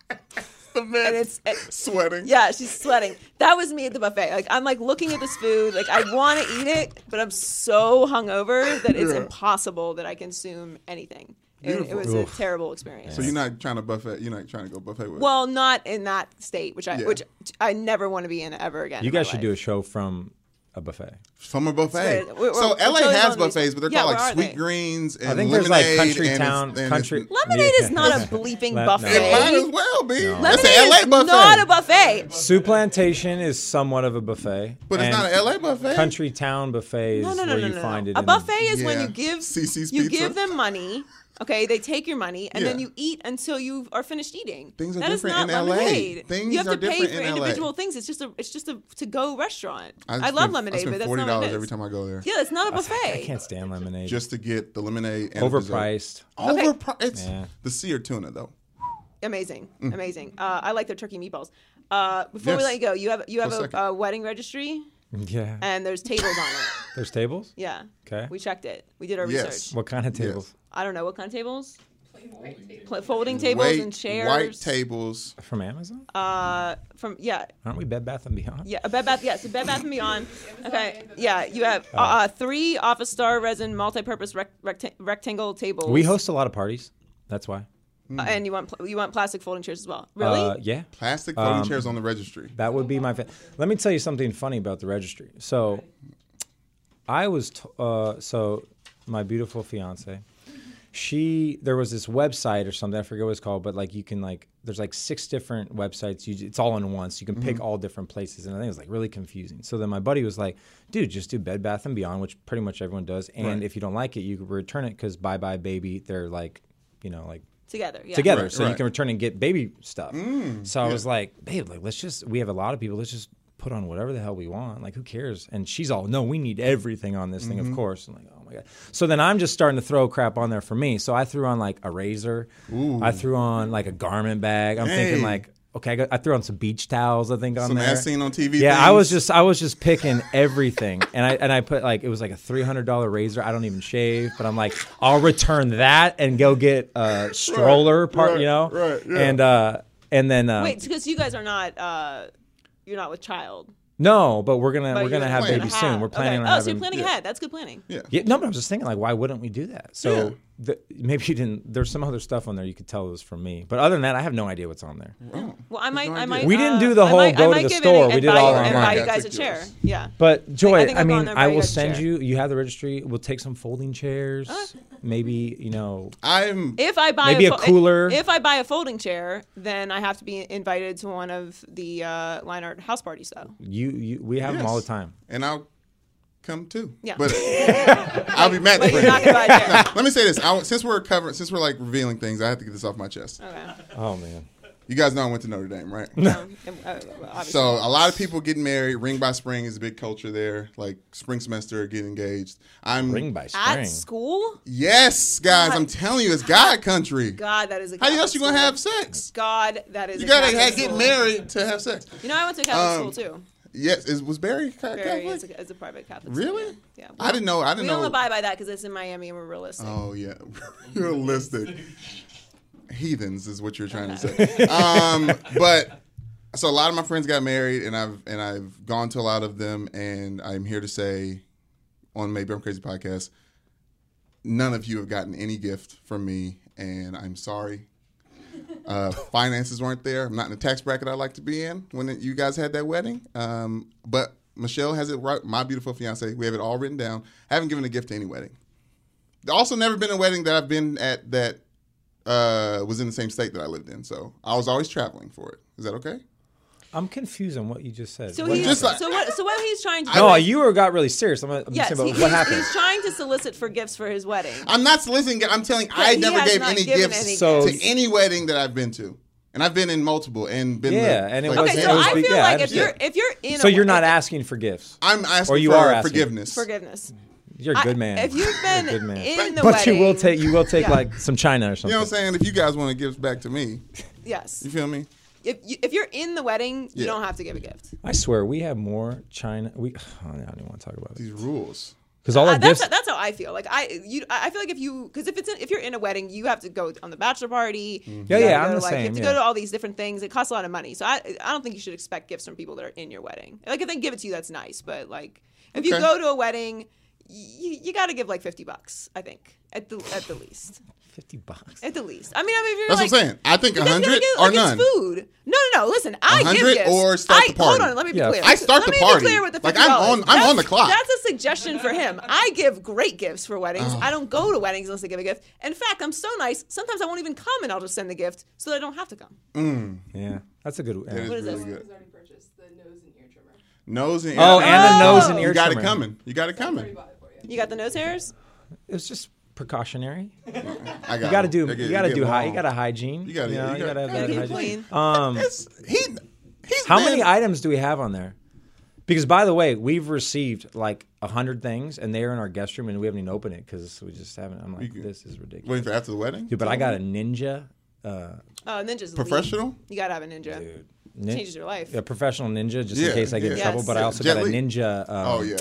Speaker 3: The man
Speaker 1: and it's it-
Speaker 3: sweating.
Speaker 1: Yeah, she's sweating. That was me at the buffet. Like I'm like looking at this food, like I want to eat it, but I'm so hungover that it's
Speaker 3: Yeah.
Speaker 1: impossible that I consume anything. It, it
Speaker 3: Beautiful.
Speaker 1: was
Speaker 2: Oof.
Speaker 1: a terrible experience.
Speaker 3: So you're not trying to buffet. You're not trying to go buffet with.
Speaker 1: well, not in that state, which I
Speaker 3: Yeah.
Speaker 1: which I never want to be in ever again.
Speaker 2: You
Speaker 1: in my
Speaker 2: guys should do a
Speaker 1: life.
Speaker 2: show from a buffet.
Speaker 3: from a buffet.
Speaker 1: Sorry, we're-
Speaker 3: so
Speaker 1: we're- we're
Speaker 3: LA
Speaker 1: totally
Speaker 3: has
Speaker 1: on these-
Speaker 3: buffets, but they're
Speaker 1: Yeah,
Speaker 3: called
Speaker 1: where
Speaker 3: like
Speaker 1: are
Speaker 3: sweet
Speaker 1: they?
Speaker 3: greens and
Speaker 2: I think there's
Speaker 3: lemonade.
Speaker 2: like country
Speaker 3: and
Speaker 2: town,
Speaker 3: it's, and
Speaker 2: country.
Speaker 3: It's,
Speaker 1: Lemonade is not a
Speaker 2: Yeah.
Speaker 1: bleeping
Speaker 2: No.
Speaker 1: buffet.
Speaker 3: it might as
Speaker 1: Lemonade
Speaker 3: well be. That's an LA
Speaker 1: is
Speaker 3: buffet.
Speaker 1: not a buffet.
Speaker 2: Soup plantation is somewhat of a buffet,
Speaker 3: But it's
Speaker 2: and
Speaker 3: not an LA buffet.
Speaker 2: Country town buffet is
Speaker 1: No, no, no,
Speaker 2: where
Speaker 1: no,
Speaker 2: you
Speaker 1: no,
Speaker 2: find
Speaker 1: no.
Speaker 2: it.
Speaker 1: A
Speaker 2: in-
Speaker 1: buffet is when
Speaker 3: Yeah.
Speaker 1: you give
Speaker 3: CC's
Speaker 1: you
Speaker 3: Pizza.
Speaker 1: give them money. Okay, they take your money and then
Speaker 3: Yeah.
Speaker 1: you eat until you are finished eating.
Speaker 3: Things are
Speaker 1: That is
Speaker 3: different
Speaker 1: not
Speaker 3: in LA.
Speaker 1: lemonade.
Speaker 3: Things
Speaker 1: you have
Speaker 3: are
Speaker 1: to pay
Speaker 3: different
Speaker 1: for
Speaker 3: in LA.
Speaker 1: individual things. It's just a it's just a to go restaurant. I,
Speaker 3: spend-
Speaker 1: love lemonade,
Speaker 3: I spend
Speaker 1: but that's
Speaker 3: forty
Speaker 1: not what it
Speaker 3: dollars
Speaker 1: is.
Speaker 3: every time I go there.
Speaker 1: Yeah, it's not a buffet.
Speaker 2: I can't stand lemonade.
Speaker 3: Just to get the lemonade. And the dessert.
Speaker 2: overpriced.
Speaker 1: Okay.
Speaker 3: Overpriced. It's
Speaker 2: Yeah.
Speaker 3: the sea or tuna though.
Speaker 1: Amazing, amazing. Uh, I like their turkey meatballs. Uh, before we
Speaker 3: Mm. Yes.
Speaker 1: let you go, you have you have
Speaker 3: One
Speaker 1: a,
Speaker 3: second.
Speaker 1: a wedding registry
Speaker 2: Yeah.
Speaker 1: and there's tables on it.
Speaker 2: There's tables.
Speaker 1: Yeah.
Speaker 2: 'Kay.
Speaker 1: We checked it. We did our
Speaker 3: Yes.
Speaker 1: research.
Speaker 2: What kind of tables?
Speaker 1: I don't know what kind of tables. Pla- Folding tables
Speaker 3: White-
Speaker 1: and chairs.
Speaker 3: White tables.
Speaker 2: From Amazon?
Speaker 1: Uh, from yeah
Speaker 2: Aren't we Bed Bath and Beyond?
Speaker 1: yeah a Bed Bath yeah so Bed Bath and Beyond okay yeah you have
Speaker 2: Uh-huh.
Speaker 1: uh, uh, three Office Star resin multi-purpose rec- recta- rectangle tables
Speaker 2: We host a lot of parties. That's why.
Speaker 1: Uh, and you want pl- you want plastic folding chairs as well really
Speaker 2: Uh, yeah.
Speaker 3: Plastic folding
Speaker 2: Um,
Speaker 3: chairs on the registry.
Speaker 2: That would be my. Fa- Let me tell you something funny about the registry. So, I was t- uh, so my beautiful fiance. She there was this website or something I forget what it's called, but like you can like there's like six different websites. You it's all in one, so you can pick all different places, and I think it's like really confusing. So then my buddy was like, "Dude, just do Bed Bath and Beyond, which pretty much everyone does, and if you don't like it, you can return it because Bye Bye Baby, they're like, you know, like
Speaker 1: together yeah.
Speaker 2: together
Speaker 3: Right,
Speaker 2: so you
Speaker 3: right. Mm,
Speaker 2: can return and get baby stuff. so I was like, babe, like let's just we have a lot of people, let's just put on whatever the hell we want. Like who cares? And she's all, no, we need everything on this thing, of
Speaker 3: Mm-hmm.
Speaker 2: course. I'm like, oh my god. So then I'm just starting to throw crap on there for me. So I threw on like a razor. I threw on like a garment bag. I'm
Speaker 3: Hey.
Speaker 2: thinking like Okay, I, got, I threw on some beach towels. I think on
Speaker 3: Some
Speaker 2: there.
Speaker 3: as seen on TV
Speaker 2: Yeah, I was
Speaker 3: things.
Speaker 2: just I was just picking everything, and I and I put like it was like a three hundred dollar razor. I don't even shave, but I'm like, I'll return that and go get a stroller part,
Speaker 3: right,
Speaker 2: you know,
Speaker 3: right, yeah.
Speaker 2: and uh, and then um,
Speaker 1: wait because you guys are not uh, you're not with child
Speaker 2: no, but we're gonna
Speaker 1: but you're
Speaker 2: we're gonna have
Speaker 1: planning
Speaker 2: baby
Speaker 1: to
Speaker 2: soon.
Speaker 1: have-
Speaker 2: We're planning
Speaker 1: okay.
Speaker 2: on
Speaker 1: oh so
Speaker 2: having
Speaker 1: you're planning ahead that's good planning
Speaker 3: Yeah.
Speaker 2: Yeah, no, but I was just thinking, like, why wouldn't we do that? So
Speaker 3: Yeah.
Speaker 2: the, maybe you didn't. There's some other stuff on there you could tell was from me, but other than that, I have no idea what's on there.
Speaker 1: well I might I
Speaker 3: idea.
Speaker 1: might
Speaker 2: We didn't
Speaker 1: uh,
Speaker 2: do the
Speaker 1: I
Speaker 2: whole
Speaker 1: might- I
Speaker 2: go to
Speaker 1: might
Speaker 2: the
Speaker 1: give it
Speaker 2: store.
Speaker 1: an-
Speaker 2: We
Speaker 1: and
Speaker 2: did
Speaker 1: buy
Speaker 2: all
Speaker 1: you- and
Speaker 2: online.
Speaker 1: buy
Speaker 3: I
Speaker 1: you guys a
Speaker 3: took
Speaker 1: chair
Speaker 3: yours.
Speaker 1: yeah
Speaker 2: But Joy,
Speaker 1: think
Speaker 2: I,
Speaker 1: I've gone
Speaker 2: mean,
Speaker 1: there,
Speaker 2: I
Speaker 1: but I
Speaker 2: will
Speaker 1: got the
Speaker 2: send
Speaker 1: chair.
Speaker 2: you. You have the registry. We'll take some folding chairs.
Speaker 1: Uh-huh.
Speaker 2: Maybe you know.
Speaker 3: I'm
Speaker 1: If I buy
Speaker 2: Maybe a
Speaker 1: fo-
Speaker 2: cooler.
Speaker 1: If I buy a folding chair, then I have to be invited to one of the uh, line art house parties, though.
Speaker 2: You, you we have them all the
Speaker 3: Yes.
Speaker 2: time.
Speaker 3: and I'll come too.
Speaker 1: Yeah.
Speaker 3: But I'll be mad.
Speaker 1: But you're not
Speaker 3: Brandon.
Speaker 1: the idea.
Speaker 3: Let me say this. I, since we're covering, since we're like revealing things, I have to get this off my chest.
Speaker 1: Okay.
Speaker 2: Oh man.
Speaker 3: You guys know I went to Notre Dame, right?
Speaker 1: Um, uh, well, obviously.
Speaker 3: So a lot of people getting married. Ring by spring is a big culture there. Like spring semester, get engaged. I'm
Speaker 2: Ring by
Speaker 1: at
Speaker 2: spring.
Speaker 1: school,
Speaker 3: yes, guys. I'm telling you, it's God country.
Speaker 1: God, that is a.
Speaker 3: How else you gonna
Speaker 1: Catholic
Speaker 3: have
Speaker 1: school.
Speaker 3: sex?
Speaker 1: God, that is.
Speaker 3: You
Speaker 1: a
Speaker 3: gotta
Speaker 1: Catholic
Speaker 3: ha- get
Speaker 1: school.
Speaker 3: married to have sex.
Speaker 1: You know, I went to a Catholic
Speaker 3: Um,
Speaker 1: school too.
Speaker 3: Yes, is, was Barry ca-
Speaker 1: Very,
Speaker 3: Catholic?
Speaker 1: it's a, it's a private Catholic. school,
Speaker 3: really?
Speaker 1: Yeah.
Speaker 3: I didn't know. I didn't
Speaker 1: We
Speaker 3: know.
Speaker 1: don't abide by that because it's in Miami and we're realistic.
Speaker 3: Oh yeah, realistic. Heathens is what you're trying to say. Um, but so a lot of my friends got married, and I've and I've gone to a lot of them, and I'm here to say, on Maybe I'm Crazy podcast, none of you have gotten any gift from me, and I'm sorry. Uh, finances weren't there. I'm not in the tax bracket I like to be in when you guys had that wedding. Um, but Michelle has it right. My beautiful fiance, we have it all written down. I haven't given a gift to any wedding also never been a wedding that I've been at that uh, was in the same state that I lived in. So I was always traveling for it. Is that okay?
Speaker 2: I'm confused on what you just said.
Speaker 1: So
Speaker 2: What-
Speaker 1: he's
Speaker 3: Just like-
Speaker 1: so what so what he's trying to do
Speaker 2: no,
Speaker 1: is-
Speaker 2: you were got really serious. I'm, I'm
Speaker 1: yes,
Speaker 2: saying,
Speaker 1: he-
Speaker 2: but what
Speaker 1: he's,
Speaker 2: happened?
Speaker 1: he's trying to solicit for gifts for his wedding.
Speaker 3: I'm not soliciting. I'm telling. I
Speaker 1: he
Speaker 3: never
Speaker 1: has
Speaker 3: gave
Speaker 1: not
Speaker 3: any
Speaker 1: given
Speaker 3: gifts
Speaker 1: any
Speaker 2: So-
Speaker 3: to any wedding that I've been to, and I've been in multiple and been.
Speaker 2: Yeah,
Speaker 3: the,
Speaker 2: and it
Speaker 3: like,
Speaker 2: was-
Speaker 1: Okay,
Speaker 2: it
Speaker 1: so
Speaker 2: was
Speaker 1: I
Speaker 2: be-
Speaker 1: feel
Speaker 2: yeah,
Speaker 1: like if
Speaker 2: absolutely.
Speaker 1: you're if you're in
Speaker 2: so
Speaker 1: a,
Speaker 2: you're not
Speaker 1: if-
Speaker 2: asking for gifts.
Speaker 3: I'm asking
Speaker 2: Or you
Speaker 3: for
Speaker 2: are asking.
Speaker 3: forgiveness.
Speaker 1: forgiveness.
Speaker 2: You're a
Speaker 1: I-
Speaker 2: good man.
Speaker 1: If you've
Speaker 2: You're a
Speaker 1: been
Speaker 2: good man.
Speaker 1: in the
Speaker 2: but
Speaker 1: wedding,
Speaker 2: you will take you will take
Speaker 1: Yeah.
Speaker 2: like some china or
Speaker 3: You
Speaker 2: something.
Speaker 3: know what I'm saying? If you guys want to give back to me,
Speaker 1: yes.
Speaker 3: you feel me?
Speaker 1: If you, if you're in the wedding, you
Speaker 3: Yeah.
Speaker 1: don't have to give a gift.
Speaker 2: I swear we have more china. We oh, I don't even want to talk about it
Speaker 3: These rules.
Speaker 2: because all
Speaker 1: Uh,
Speaker 2: our
Speaker 1: that's
Speaker 2: gifts.
Speaker 1: how, that's how I feel. Like I you I I feel like if you because if it's in, if you're in a wedding, you have to go on the bachelor party. you
Speaker 2: Mm-hmm. Yeah,
Speaker 1: have
Speaker 2: yeah,
Speaker 1: to
Speaker 2: I'm
Speaker 1: go to,
Speaker 2: the
Speaker 1: like, You
Speaker 2: same,
Speaker 1: have to
Speaker 2: yeah.
Speaker 1: go to all these different things. It costs a lot of money, so I I don't think you should expect gifts from people that are in your wedding. Like if they give it to you, that's nice, but like if you
Speaker 3: Okay.
Speaker 1: go to a wedding. You, you got to give like fifty bucks, I think, at the at the least,
Speaker 2: Fifty bucks.
Speaker 1: at the least. I mean, I mean, if you're
Speaker 3: That's
Speaker 1: like,
Speaker 3: what I'm saying. I think
Speaker 1: You guys gotta
Speaker 3: 100
Speaker 1: get,
Speaker 3: or
Speaker 1: like,
Speaker 3: none.
Speaker 1: It's food. No, no, no. Listen, I give
Speaker 3: 100
Speaker 1: gifts.
Speaker 3: or start
Speaker 1: I,
Speaker 3: the party.
Speaker 1: Hold on, let me be
Speaker 2: Yeah.
Speaker 1: clear.
Speaker 3: I start the
Speaker 1: let
Speaker 3: party.
Speaker 1: Me be clear with the
Speaker 3: Like,
Speaker 1: $50.
Speaker 3: I'm on- I'm on the
Speaker 1: That's-
Speaker 3: clock.
Speaker 1: That's a suggestion for him. I give great gifts for weddings.
Speaker 3: Oh.
Speaker 1: I don't go to weddings unless they give a gift. In fact, I'm so nice. Sometimes I won't even come, and I'll just send the gift so that I don't have to come.
Speaker 2: Yeah, that's a good. Yeah.
Speaker 3: That is
Speaker 1: What is
Speaker 3: really
Speaker 1: this?
Speaker 3: good.
Speaker 4: already purchased the nose and ear trimmer.
Speaker 3: Nose and
Speaker 2: Oh, and the nose and
Speaker 1: Oh.
Speaker 2: ear
Speaker 3: You got it
Speaker 2: trimmer.
Speaker 3: coming. You got it coming.
Speaker 4: Bought it for you.
Speaker 1: You got the nose hairs.
Speaker 2: It was just precautionary.
Speaker 3: I got
Speaker 2: You got to
Speaker 3: it.
Speaker 2: do.
Speaker 3: I get it.
Speaker 2: You got to
Speaker 3: get
Speaker 2: do
Speaker 3: it
Speaker 2: high. You
Speaker 3: long.
Speaker 2: got to hygiene.
Speaker 3: You gotta-
Speaker 2: know,
Speaker 3: you gotta-
Speaker 2: you gotta have
Speaker 3: gotta
Speaker 2: better
Speaker 1: keep
Speaker 2: hygiene.
Speaker 1: clean.
Speaker 2: Um,
Speaker 3: It's- He, he's
Speaker 2: how
Speaker 3: been-
Speaker 2: many items do we have on there? Because by the way, we've received like a hundred things, and they're in our guest room, and we haven't even opened it because we just haven't. I'm like,
Speaker 3: can-
Speaker 2: this is ridiculous.
Speaker 3: Waiting for after the wedding?
Speaker 2: Dude, but I got a ninja. Uh,
Speaker 1: Oh, and then just
Speaker 3: Professional?
Speaker 1: leave. You gotta have a ninja.
Speaker 2: nin-
Speaker 1: Changes your life.
Speaker 2: A professional ninja, just
Speaker 3: Yeah,
Speaker 2: in case I get in
Speaker 3: yeah.
Speaker 2: trouble. But I
Speaker 3: Yes.
Speaker 2: also
Speaker 3: Jet
Speaker 2: got a
Speaker 3: Li.
Speaker 2: ninja um,
Speaker 3: Oh yeah.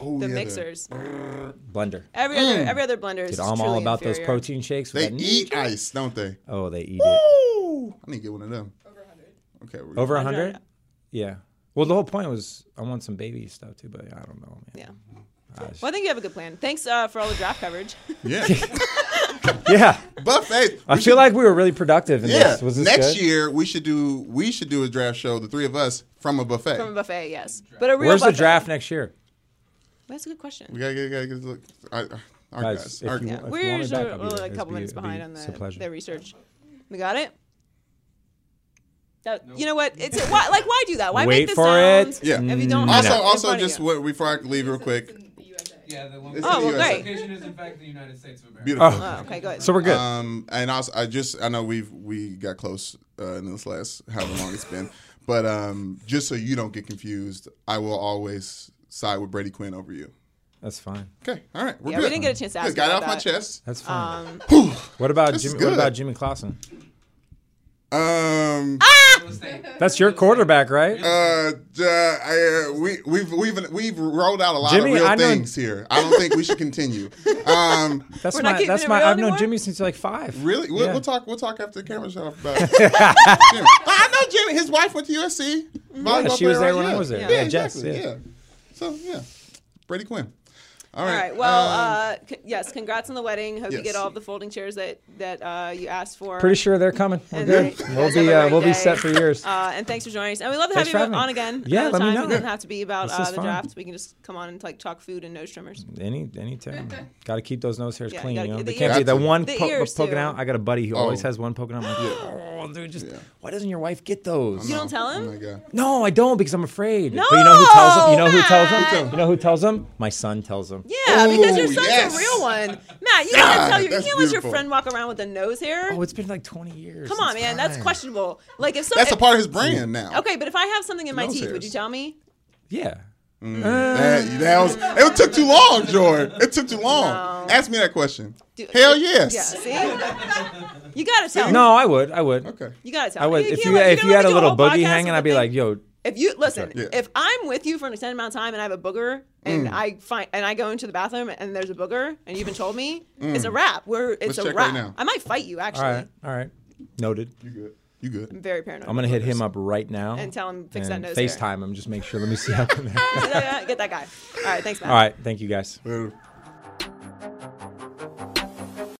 Speaker 3: Oh,
Speaker 1: The
Speaker 3: yeah, Mm.
Speaker 1: mixers.
Speaker 2: blender.
Speaker 1: Every other every other blender is
Speaker 2: Dude, I'm all
Speaker 1: truly
Speaker 2: about those
Speaker 1: inferior.
Speaker 2: protein shakes. with
Speaker 3: They
Speaker 2: that
Speaker 3: eat
Speaker 2: ninja-
Speaker 3: ice, don't they?
Speaker 2: Oh, they eat it.
Speaker 3: I need to get one of them. Okay. we-
Speaker 2: Over a
Speaker 1: Hundred.
Speaker 2: hundred. Yeah. Well, the whole point was I want some baby stuff too, but I don't know, man.
Speaker 1: Yeah. Well, I think you have a good plan. Thanks uh, for all the draft coverage.
Speaker 3: Yeah.
Speaker 2: Yeah.
Speaker 3: Buffet.
Speaker 2: I feel like we were really productive in
Speaker 3: Yeah.
Speaker 2: this. Was this
Speaker 3: Next
Speaker 2: good?
Speaker 3: year we should do we should do a draft show, the three of us from a buffet.
Speaker 1: From a buffet, yes, but a real
Speaker 2: Where's the
Speaker 1: buffet.
Speaker 2: draft next year?
Speaker 1: That's a good question.
Speaker 3: we gotta get gotta get look. All right, all right,
Speaker 2: Guys,
Speaker 3: guys.
Speaker 2: if
Speaker 3: All right.
Speaker 2: you
Speaker 1: Yeah,
Speaker 2: want-
Speaker 1: we're
Speaker 2: if want me
Speaker 1: usually
Speaker 2: back, I'll be
Speaker 1: only
Speaker 2: there.
Speaker 1: a
Speaker 2: It's
Speaker 1: couple
Speaker 2: be-
Speaker 1: minutes
Speaker 2: it'd be-
Speaker 1: behind on
Speaker 2: it's
Speaker 1: the,
Speaker 2: a pleasure.
Speaker 1: their research. We got it. That- You know what? It's why, like why do that? Why
Speaker 2: Wait
Speaker 1: make this
Speaker 2: for
Speaker 1: sound
Speaker 2: it. Mm,
Speaker 3: Yeah.
Speaker 1: If you don't have
Speaker 3: Also,
Speaker 1: it in
Speaker 3: also,
Speaker 1: front of
Speaker 3: just
Speaker 1: you?
Speaker 3: what, before I leave real quick.
Speaker 4: The USA.
Speaker 5: Yeah, the one
Speaker 3: It's
Speaker 1: Oh,
Speaker 3: in
Speaker 1: well,
Speaker 3: the USA.
Speaker 1: great.
Speaker 5: location is in fact the United States of America.
Speaker 3: Beautiful.
Speaker 1: Oh, okay, good.
Speaker 2: So we're good.
Speaker 3: Um, and also, I just I know we've we got close uh, in this last however long it's been, but um, just so you don't get confused, I will always side with Brady Quinn over you.
Speaker 2: That's fine.
Speaker 3: Okay, all right, we're
Speaker 1: yeah,
Speaker 3: good.
Speaker 1: we didn't get a chance to ask.
Speaker 3: Good, got it
Speaker 1: you
Speaker 3: off
Speaker 1: about
Speaker 3: my
Speaker 1: that.
Speaker 3: chest.
Speaker 2: That's fine.
Speaker 1: Um,
Speaker 2: what about
Speaker 3: this is
Speaker 2: Jimmy? What
Speaker 3: good.
Speaker 2: about Jimmy Clausen?
Speaker 3: Um,
Speaker 1: Ah!
Speaker 2: That's your quarterback, right?
Speaker 3: uh, d- uh, I, uh, we we've we've we've rolled out a lot
Speaker 2: Jimmy,
Speaker 3: of real
Speaker 2: I know-
Speaker 3: things here. I don't think we should continue. Um,
Speaker 2: that's
Speaker 1: we're not
Speaker 2: my.
Speaker 1: keeping
Speaker 2: That's
Speaker 1: it
Speaker 2: my.
Speaker 1: real
Speaker 2: I've known
Speaker 1: anymore?
Speaker 2: Jimmy since like five.
Speaker 3: really, we'll,
Speaker 2: Yeah.
Speaker 3: we'll talk. We'll talk after the camera shut off. About Jimmy. I know Jimmy. His wife went to USC. volleyball player,
Speaker 2: she was there
Speaker 3: right?
Speaker 2: when I was there.
Speaker 3: Yeah,
Speaker 2: Yeah, Jess,
Speaker 3: exactly.
Speaker 2: yeah.
Speaker 3: yeah. So yeah, Brady Quinn. All
Speaker 1: All
Speaker 3: right.
Speaker 1: right. Well,
Speaker 3: um,
Speaker 1: uh, c- yes. Congrats on the wedding. Hope you
Speaker 3: Yes.
Speaker 1: get all the folding chairs that that uh, you asked for.
Speaker 2: Pretty sure they're coming. We're
Speaker 1: And
Speaker 2: good.
Speaker 1: then-
Speaker 2: We'll
Speaker 1: Guys have
Speaker 2: be
Speaker 1: a
Speaker 2: uh,
Speaker 1: great
Speaker 2: we'll be
Speaker 1: day.
Speaker 2: set for years.
Speaker 1: Uh, and thanks for joining us. And we love to
Speaker 2: Thanks for
Speaker 1: have you
Speaker 2: having me.
Speaker 1: on again.
Speaker 2: Yeah,
Speaker 1: another
Speaker 2: let me
Speaker 1: time. It
Speaker 2: know.
Speaker 1: doesn't have to be about
Speaker 2: This
Speaker 1: uh,
Speaker 2: is
Speaker 1: the
Speaker 2: fun.
Speaker 1: draft. We can just come on and like talk food and nose trimmers.
Speaker 2: Any any time. Got to keep those nose hairs
Speaker 1: Yeah,
Speaker 2: clean.
Speaker 1: gotta
Speaker 2: You know?
Speaker 1: get
Speaker 2: They
Speaker 1: the
Speaker 2: can't be the
Speaker 3: ears-
Speaker 2: one
Speaker 1: the
Speaker 2: po- po-
Speaker 1: ears,
Speaker 2: poking
Speaker 1: too.
Speaker 2: out. I got a buddy who always
Speaker 3: Oh.
Speaker 2: has one poking out. I'm like, oh, dude, just why doesn't your wife get those?
Speaker 1: You don't uh, tell him.
Speaker 3: Oh my god.
Speaker 2: No, I don't because I'm afraid. but you know who tells him? You know who tells
Speaker 1: Matt!
Speaker 2: him? You know who tells him? My son tells him.
Speaker 1: Yeah, because your
Speaker 3: Ooh,
Speaker 1: son's
Speaker 3: "Oh, yes.
Speaker 1: a real one. Matt, you can't tell your, you can't let
Speaker 3: that's
Speaker 1: your
Speaker 3: beautiful.
Speaker 1: friend walk around with a nose hair.
Speaker 2: Oh, it's been like 20 years.
Speaker 1: Come on,
Speaker 2: It's
Speaker 1: man, that's
Speaker 2: fine.
Speaker 1: questionable. Like if some,
Speaker 3: That's a
Speaker 1: if-
Speaker 3: part of his brand now.
Speaker 1: Okay, but if I have something in my
Speaker 3: Nose
Speaker 1: teeth, would
Speaker 3: hairs.
Speaker 1: you tell me?
Speaker 2: Yeah.
Speaker 3: That, that was, it took too long, Jordan. It took too long. Ask me that question. Hell yes.
Speaker 1: Yeah, see, you gotta tell. me.
Speaker 2: No, I would. I would.
Speaker 3: Okay.
Speaker 1: You gotta tell.
Speaker 2: I
Speaker 1: me.
Speaker 2: would. If
Speaker 1: can't
Speaker 2: you
Speaker 1: let-
Speaker 2: if
Speaker 1: can't
Speaker 2: you
Speaker 1: let
Speaker 2: had
Speaker 1: me
Speaker 2: a
Speaker 1: do whole
Speaker 2: little boogie
Speaker 1: podcast
Speaker 2: hanging,
Speaker 1: with
Speaker 2: I'd be
Speaker 1: the
Speaker 2: like,
Speaker 1: thing.
Speaker 2: yo,
Speaker 1: If you listen,
Speaker 3: Yeah.
Speaker 1: if I'm with you for an extended amount of time and I have a booger and
Speaker 3: Mm.
Speaker 1: I find and I go into the bathroom and there's a booger and you even told me it's a wrap. We're it's
Speaker 3: Mm. Let's
Speaker 1: a
Speaker 3: check right
Speaker 1: wrap.
Speaker 3: now.
Speaker 1: I might fight you actually.
Speaker 2: all right, all right, noted.
Speaker 3: You good? You good?
Speaker 1: I'm very paranoid.
Speaker 2: I'm gonna hit him up right now
Speaker 1: And tell him fix that
Speaker 2: and
Speaker 1: nose hair.
Speaker 2: FaceTime him. Just make sure. Let me see how.
Speaker 1: Get that guy. All right, thanks, Matt.
Speaker 2: All right. Thank you guys.
Speaker 3: Later.